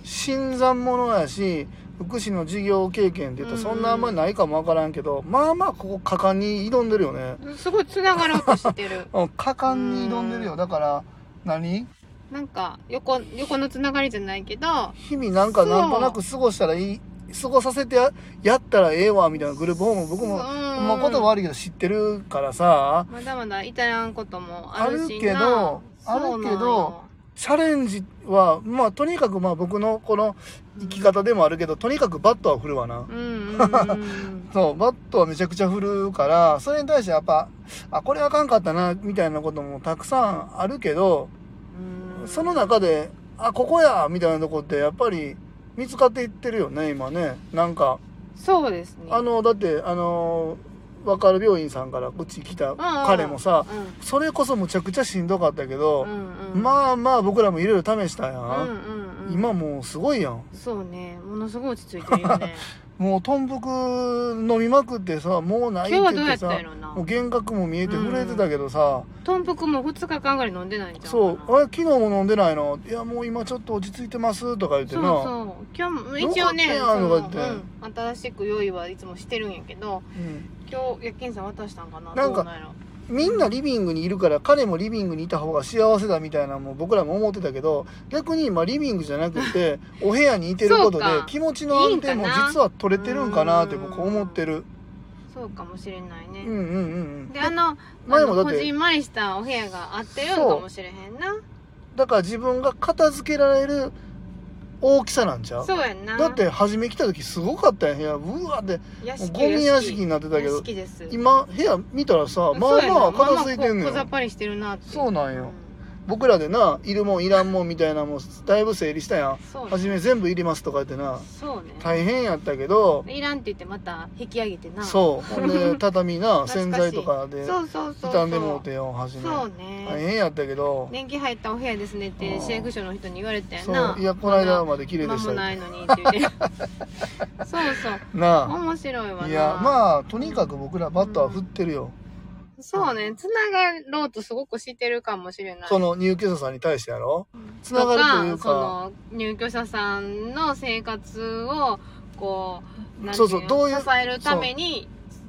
Speaker 1: 新参者やし福祉の事業経験って言うと
Speaker 2: うん
Speaker 1: そんなあんまりないかもわからんけど、まあまあここ果敢に挑んでるよね
Speaker 2: すごいつながろうとし
Speaker 1: <laughs>
Speaker 2: てる
Speaker 1: うん果敢に挑んでる
Speaker 2: う
Speaker 1: よ
Speaker 2: ん
Speaker 1: だから何
Speaker 2: なんか横横のつながりじゃないけど
Speaker 1: 日々なんか
Speaker 2: そう
Speaker 1: なんとなく過ごしたらいい過ごさせてややったらええわみたいなグループホーム僕も、まあ、
Speaker 2: ま
Speaker 1: こと悪いけど知ってるからさ
Speaker 2: まだまだ至らんこともあるしな
Speaker 1: あるけど
Speaker 2: そうなんよ
Speaker 1: あるけどチャレンジはまあとにかくまあ僕のこの生き方でもあるけどとにかくバットは振るわな
Speaker 2: うんうんうん
Speaker 1: そう、バットはめちゃくちゃ振るから、それに対してやっぱ、あ、これあかんかったな、みたいなこともたくさんあるけど、
Speaker 2: う
Speaker 1: <laughs>
Speaker 2: ん
Speaker 1: その中で、あ、ここや、みたいなとこってやっぱり見つかっていってるよね、今ね。なんか、
Speaker 2: そうですね
Speaker 1: あの、だって、あの、わかる病院さんからこっち来た彼もさ、それこそむちゃくちゃしんどかったけど、
Speaker 2: あ
Speaker 1: まあまあ僕らもいろいろ試したやん。今
Speaker 2: も
Speaker 1: もうすごいやん。
Speaker 2: そうねものすごい落ち着いてる
Speaker 1: <laughs>
Speaker 2: よね
Speaker 1: もう、とんぷく飲みまくってさ、もうな
Speaker 2: 今
Speaker 1: いって
Speaker 2: 日はど
Speaker 1: 言
Speaker 2: う
Speaker 1: っ
Speaker 2: や
Speaker 1: て
Speaker 2: ったん
Speaker 1: さ
Speaker 2: や、ろうな
Speaker 1: もう幻覚も見えて震えてたけどさ、
Speaker 2: とんぷくも2日間ぐらい飲んでないんじゃん
Speaker 1: そう「あれ昨日も飲んでないの?」「いやもう今ちょっと落ち着いてます」とか言って
Speaker 2: そう
Speaker 1: な
Speaker 2: そう今日も一応ね
Speaker 1: よ
Speaker 2: そ
Speaker 1: かったやん
Speaker 2: の、う
Speaker 1: とか言って
Speaker 2: ん、新しく用意はいつもしてるんやけど
Speaker 1: うん
Speaker 2: 今日夜勤さん渡したんかな
Speaker 1: なんか
Speaker 2: どうなんやろ
Speaker 1: みんなリビングにいるから彼もリビングにいた方が幸せだみたいなのも僕らも思ってたけど逆に今リビングじゃなく
Speaker 2: <laughs>
Speaker 1: てお部屋にいてることで
Speaker 2: そうか
Speaker 1: 気持ちの安定も
Speaker 2: いいんかな
Speaker 1: 実は取れてるんかなって僕思ってる
Speaker 2: そうかもしれないね、
Speaker 1: うんうんうんうん
Speaker 2: であの
Speaker 1: 前も
Speaker 2: あ
Speaker 1: だ
Speaker 2: の
Speaker 1: っ
Speaker 2: こ
Speaker 1: て
Speaker 2: じんまりしたお部屋があってるんかもしれへんな
Speaker 1: だから自分が片付けられる大きさなんちゃう
Speaker 2: そうやんな
Speaker 1: だって初め来た時すごかったやん部屋うわって
Speaker 2: 屋
Speaker 1: もう
Speaker 2: 敷
Speaker 1: ゴミ屋敷になってたけ
Speaker 2: 屋
Speaker 1: ど
Speaker 2: 敷です
Speaker 1: 今部屋見たらさま
Speaker 2: そう
Speaker 1: あ
Speaker 2: やな
Speaker 1: まあ片付いてんの
Speaker 2: まあまあこ小ざ
Speaker 1: よ
Speaker 2: っぱりしてるなってい
Speaker 1: そうなんよ僕らでないるもんいらんもんみたいなのもだいぶ整理したやん
Speaker 2: うんそう
Speaker 1: 初
Speaker 2: ね
Speaker 1: め全部いりますとか言ってな
Speaker 2: そうね
Speaker 1: 大変やったけど
Speaker 2: いらんって言ってまた引き上げてなう
Speaker 1: そう
Speaker 2: <laughs>
Speaker 1: ほんで畳な洗
Speaker 2: 懐かしい
Speaker 1: 剤とかで
Speaker 2: そうそうそう
Speaker 1: 傷んでもうてよ初め
Speaker 2: そう
Speaker 1: 大
Speaker 2: ね
Speaker 1: 変やったけど
Speaker 2: 年季入ったお部屋ですねって
Speaker 1: うん
Speaker 2: 市役所の人に言われたよな
Speaker 1: そういやこの間まで綺麗
Speaker 2: 間
Speaker 1: でし
Speaker 2: も
Speaker 1: たよ
Speaker 2: ないのにって
Speaker 1: <laughs>
Speaker 2: 言ってそうそう
Speaker 1: な
Speaker 2: 面白いわ
Speaker 1: あ
Speaker 2: ない
Speaker 1: やまあとにかく僕らバットは振ってるよ
Speaker 2: そうねつながろうとすごくしてるかもしれない
Speaker 1: その入居者さんに対してやろつながるという
Speaker 2: そ
Speaker 1: か
Speaker 2: の入居者さんの生活をこうなんて
Speaker 1: そうそうどういう
Speaker 2: 支えるために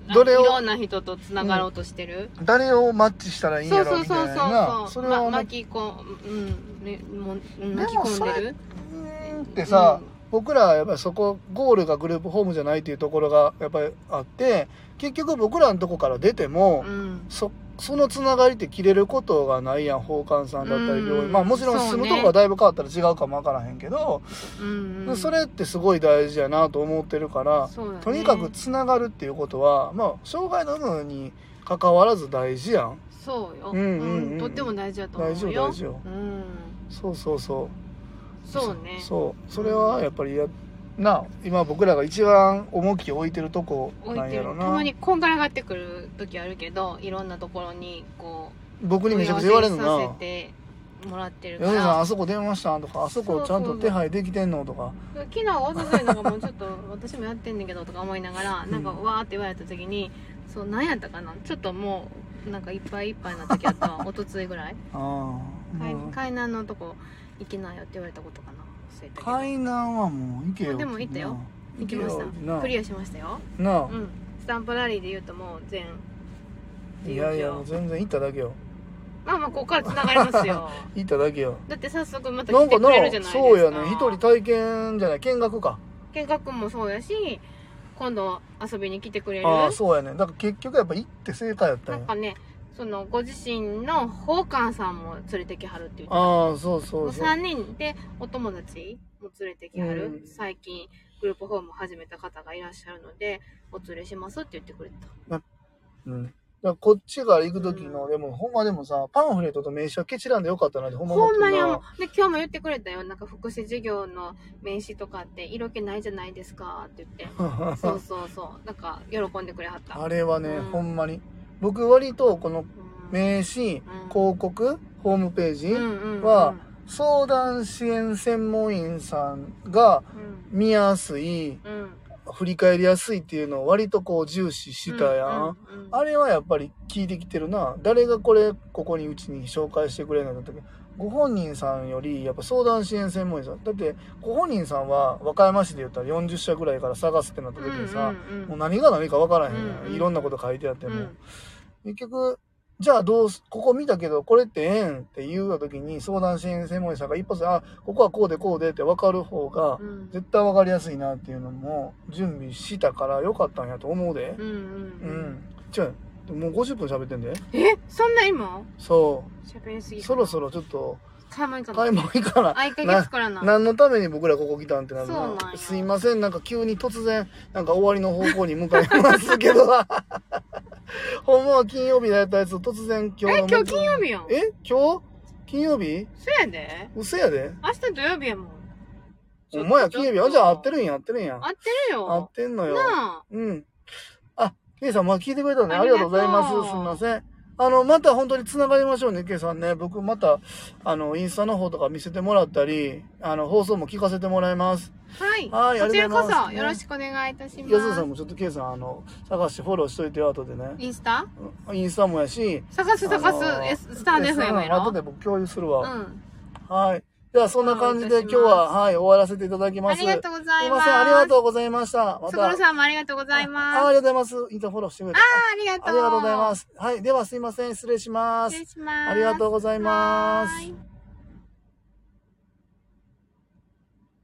Speaker 1: そうどれを
Speaker 2: いろんな人とつながろうとしてる、
Speaker 1: 誰をマッチしたらいいん
Speaker 2: そ
Speaker 1: や
Speaker 2: うそ
Speaker 1: ろ
Speaker 2: う
Speaker 1: み
Speaker 2: そ
Speaker 1: た
Speaker 2: う
Speaker 1: い
Speaker 2: そう
Speaker 1: なな
Speaker 2: そ
Speaker 1: そうれ
Speaker 2: ま
Speaker 1: を
Speaker 2: 巻きこうんねもううん
Speaker 1: で
Speaker 2: 巻き
Speaker 1: もそれ
Speaker 2: 込んでる
Speaker 1: うーんってさ、僕らはやっぱりそこゴールがグループホームじゃないというところがやっぱりあって結局僕らのとこから出ても、
Speaker 2: うん
Speaker 1: そそのつながりって切れることがないやん法官さんだったり
Speaker 2: うん
Speaker 1: 病院、まあもちろん
Speaker 2: そう
Speaker 1: 住む
Speaker 2: ね
Speaker 1: とこがだいぶ変わったら違うかもわからへんけど、
Speaker 2: うんうん、
Speaker 1: それってすごい大事やなと思ってるから、
Speaker 2: そうだね
Speaker 1: とにかくつながるっていうことはまあ障害の有無に関わらず大事やん
Speaker 2: そうよ、
Speaker 1: うんうんうん
Speaker 2: とっても大事だと思うよ
Speaker 1: 大事よ大事よ
Speaker 2: うん、
Speaker 1: そうそうそう
Speaker 2: そうね
Speaker 1: そうそれはやっぱりやな今僕らが一番重きを置いてるとこ
Speaker 2: 置
Speaker 1: なん
Speaker 2: いて
Speaker 1: や
Speaker 2: る
Speaker 1: ろ
Speaker 2: た
Speaker 1: な
Speaker 2: まにこんがらがってくる時あるけどいろんなところにこう
Speaker 1: 僕にめちゃくちゃ言われる
Speaker 2: 問い合わせさ
Speaker 1: の
Speaker 2: せてもらってる
Speaker 1: な
Speaker 2: か
Speaker 1: 「米田さん
Speaker 2: ら
Speaker 1: あそこ電話したん?」とか「あそこちゃんと手配できてんの?」とか
Speaker 2: 昨日おとといのがもうちょっと私もやってんねんけどとか思いながらなんか
Speaker 1: うん
Speaker 2: わーって言われた時にそう何やったかなちょっともうなんかいっぱいいっぱいな時あった
Speaker 1: <laughs>
Speaker 2: わおとついぐらい
Speaker 1: ああ
Speaker 2: 海
Speaker 1: もう
Speaker 2: 海南のとこ行きなよって言われたことかな忘れたけど
Speaker 1: 海南はもう行けよ
Speaker 2: あでも行ったよ行きまし
Speaker 1: な
Speaker 2: たクリアしましたよ
Speaker 1: なあ
Speaker 2: うんスタンプラリーで言うともう全
Speaker 1: いやいやもう全然行っただけよ
Speaker 2: まあまあここから繋がりますよ
Speaker 1: 行っただけよ
Speaker 2: だって早速また
Speaker 1: な
Speaker 2: 来
Speaker 1: んか
Speaker 2: て
Speaker 1: な
Speaker 2: くれるじゃないですか
Speaker 1: そうやね一人体験じゃない見学か
Speaker 2: 見学もそうやし今度遊びに来てくれる
Speaker 1: ああそうやねだから結局やっぱ行って正解やった
Speaker 2: なんん
Speaker 1: や
Speaker 2: かねそのご自身の宝冠さんも連れてきはるっていう
Speaker 1: ああそうそ
Speaker 2: もう
Speaker 1: うそう
Speaker 2: 3人でお友達も連れてきはる、
Speaker 1: うん
Speaker 2: 最近グループホームを始めた方がいらっしゃるのでお連れしますって言ってくれた
Speaker 1: うんだからこっちから行く時の、でもほんまでもさパンフレットと名刺はケチらんでよかったなってほんま思っ
Speaker 2: ほ
Speaker 1: て
Speaker 2: んまに
Speaker 1: る
Speaker 2: も
Speaker 1: な
Speaker 2: うで今日も言ってくれたよなんか福祉事業の名刺とかって色気ないじゃないですかって言ってそうそうそうなんか喜んでくれはっ
Speaker 1: <laughs>
Speaker 2: た、
Speaker 1: あれはね、
Speaker 2: うん
Speaker 1: ほんまに僕割とこの
Speaker 2: うん
Speaker 1: 名刺、
Speaker 2: うん
Speaker 1: 広告ホームページ、
Speaker 2: うんうんうん
Speaker 1: は相談支援専門員さんが
Speaker 2: うん
Speaker 1: 見やすい
Speaker 2: うん
Speaker 1: 振り返りやすいっていうのを割とこう重視したやん、
Speaker 2: うんうんうん
Speaker 1: あれはやっぱり聞いてきてるな誰がこれここにうちに紹介してくれないんだったっけご本人さんよりやっぱ相談支援専門員さんだってご本人さんは和歌山市で言ったら40社ぐらいから探すってなった時にさ、
Speaker 2: うんうん
Speaker 1: もう何が何か分からへんやん、
Speaker 2: うんうん
Speaker 1: いろんなこと書いてあっても、
Speaker 2: うん
Speaker 1: 結局じゃあどうすここ見たけどこれってええんって言う時に相談支援専門員さんが一発であここはこうでこうでって分かる方が
Speaker 2: うん
Speaker 1: 絶対分かりやすいなっていうのも準備したからよかったんやと思うで。う
Speaker 2: うんうんうん
Speaker 1: ん。じゃあ、もう50分喋ってんで。
Speaker 2: えそんな今
Speaker 1: そ
Speaker 2: 喋りすぎ
Speaker 1: う。
Speaker 2: か
Speaker 1: そ
Speaker 2: な
Speaker 1: ろそろちょっと、
Speaker 2: 買い物行
Speaker 1: タイ
Speaker 2: か
Speaker 1: ム
Speaker 2: な
Speaker 1: いいかな。
Speaker 2: 合鍵作らな
Speaker 1: 何のために僕らここ来たんってなる
Speaker 2: そうなん
Speaker 1: な。
Speaker 2: よ
Speaker 1: すいません、なんか急に突然、なんか終わりの方向に向かいます
Speaker 2: <laughs>
Speaker 1: けど、ほんまは金曜日だったやつを突然今日
Speaker 2: え
Speaker 1: の。
Speaker 2: 今日金曜日やん
Speaker 1: え今日金曜日
Speaker 2: そうやで
Speaker 1: 嘘やで。
Speaker 2: 明日土曜日やもん
Speaker 1: お前や金曜日。あ、じゃあ合って
Speaker 2: る
Speaker 1: るんや、合ってるんや。
Speaker 2: 合ってる
Speaker 1: 合っ
Speaker 2: よ
Speaker 1: てんのよ。
Speaker 2: なあ
Speaker 1: うん。あ、ケイさん、まあ聞いてくれたね。あ
Speaker 2: あ
Speaker 1: り
Speaker 2: り
Speaker 1: が
Speaker 2: が
Speaker 1: と
Speaker 2: と
Speaker 1: う
Speaker 2: う
Speaker 1: ございます。すみません。あの、また本当に繋がりましょうね、ケイさんね。僕、また、あの、インスタの方とか見せてもらったり、あの、放送も聞かせてもらいます。
Speaker 2: はい
Speaker 1: はいあ
Speaker 2: こ
Speaker 1: りがと
Speaker 2: ちら
Speaker 1: うご
Speaker 2: こ
Speaker 1: ざいます
Speaker 2: そよろしくお願いいたしま
Speaker 1: 安田さ
Speaker 2: す
Speaker 1: んもちょっとケイさん、あの、探してフォローしといてよ、後でね。
Speaker 2: インスタ
Speaker 1: インスタもやし、
Speaker 2: 探す
Speaker 1: あ
Speaker 2: 探
Speaker 1: の
Speaker 2: す
Speaker 1: ー
Speaker 2: えスターですよや
Speaker 1: あ後
Speaker 2: ろ
Speaker 1: で僕共有するわ。
Speaker 2: うん
Speaker 1: はい。じゃあ、そんな感じで
Speaker 2: お願いい
Speaker 1: 今
Speaker 2: た
Speaker 1: 日
Speaker 2: します
Speaker 1: は、はい、終わらせていただき
Speaker 2: あ
Speaker 1: ます。
Speaker 2: りがとうございます
Speaker 1: すいません、ありがとうございました。また。
Speaker 2: すごろさんもありがとうございます
Speaker 1: ああ
Speaker 2: あ
Speaker 1: りがとうございます。インスタフォローしてくれて。
Speaker 2: ありがとう
Speaker 1: ありがとうございます。はい。ではすいません。失礼します
Speaker 2: 失。礼します
Speaker 1: ありがとうございます
Speaker 2: はーい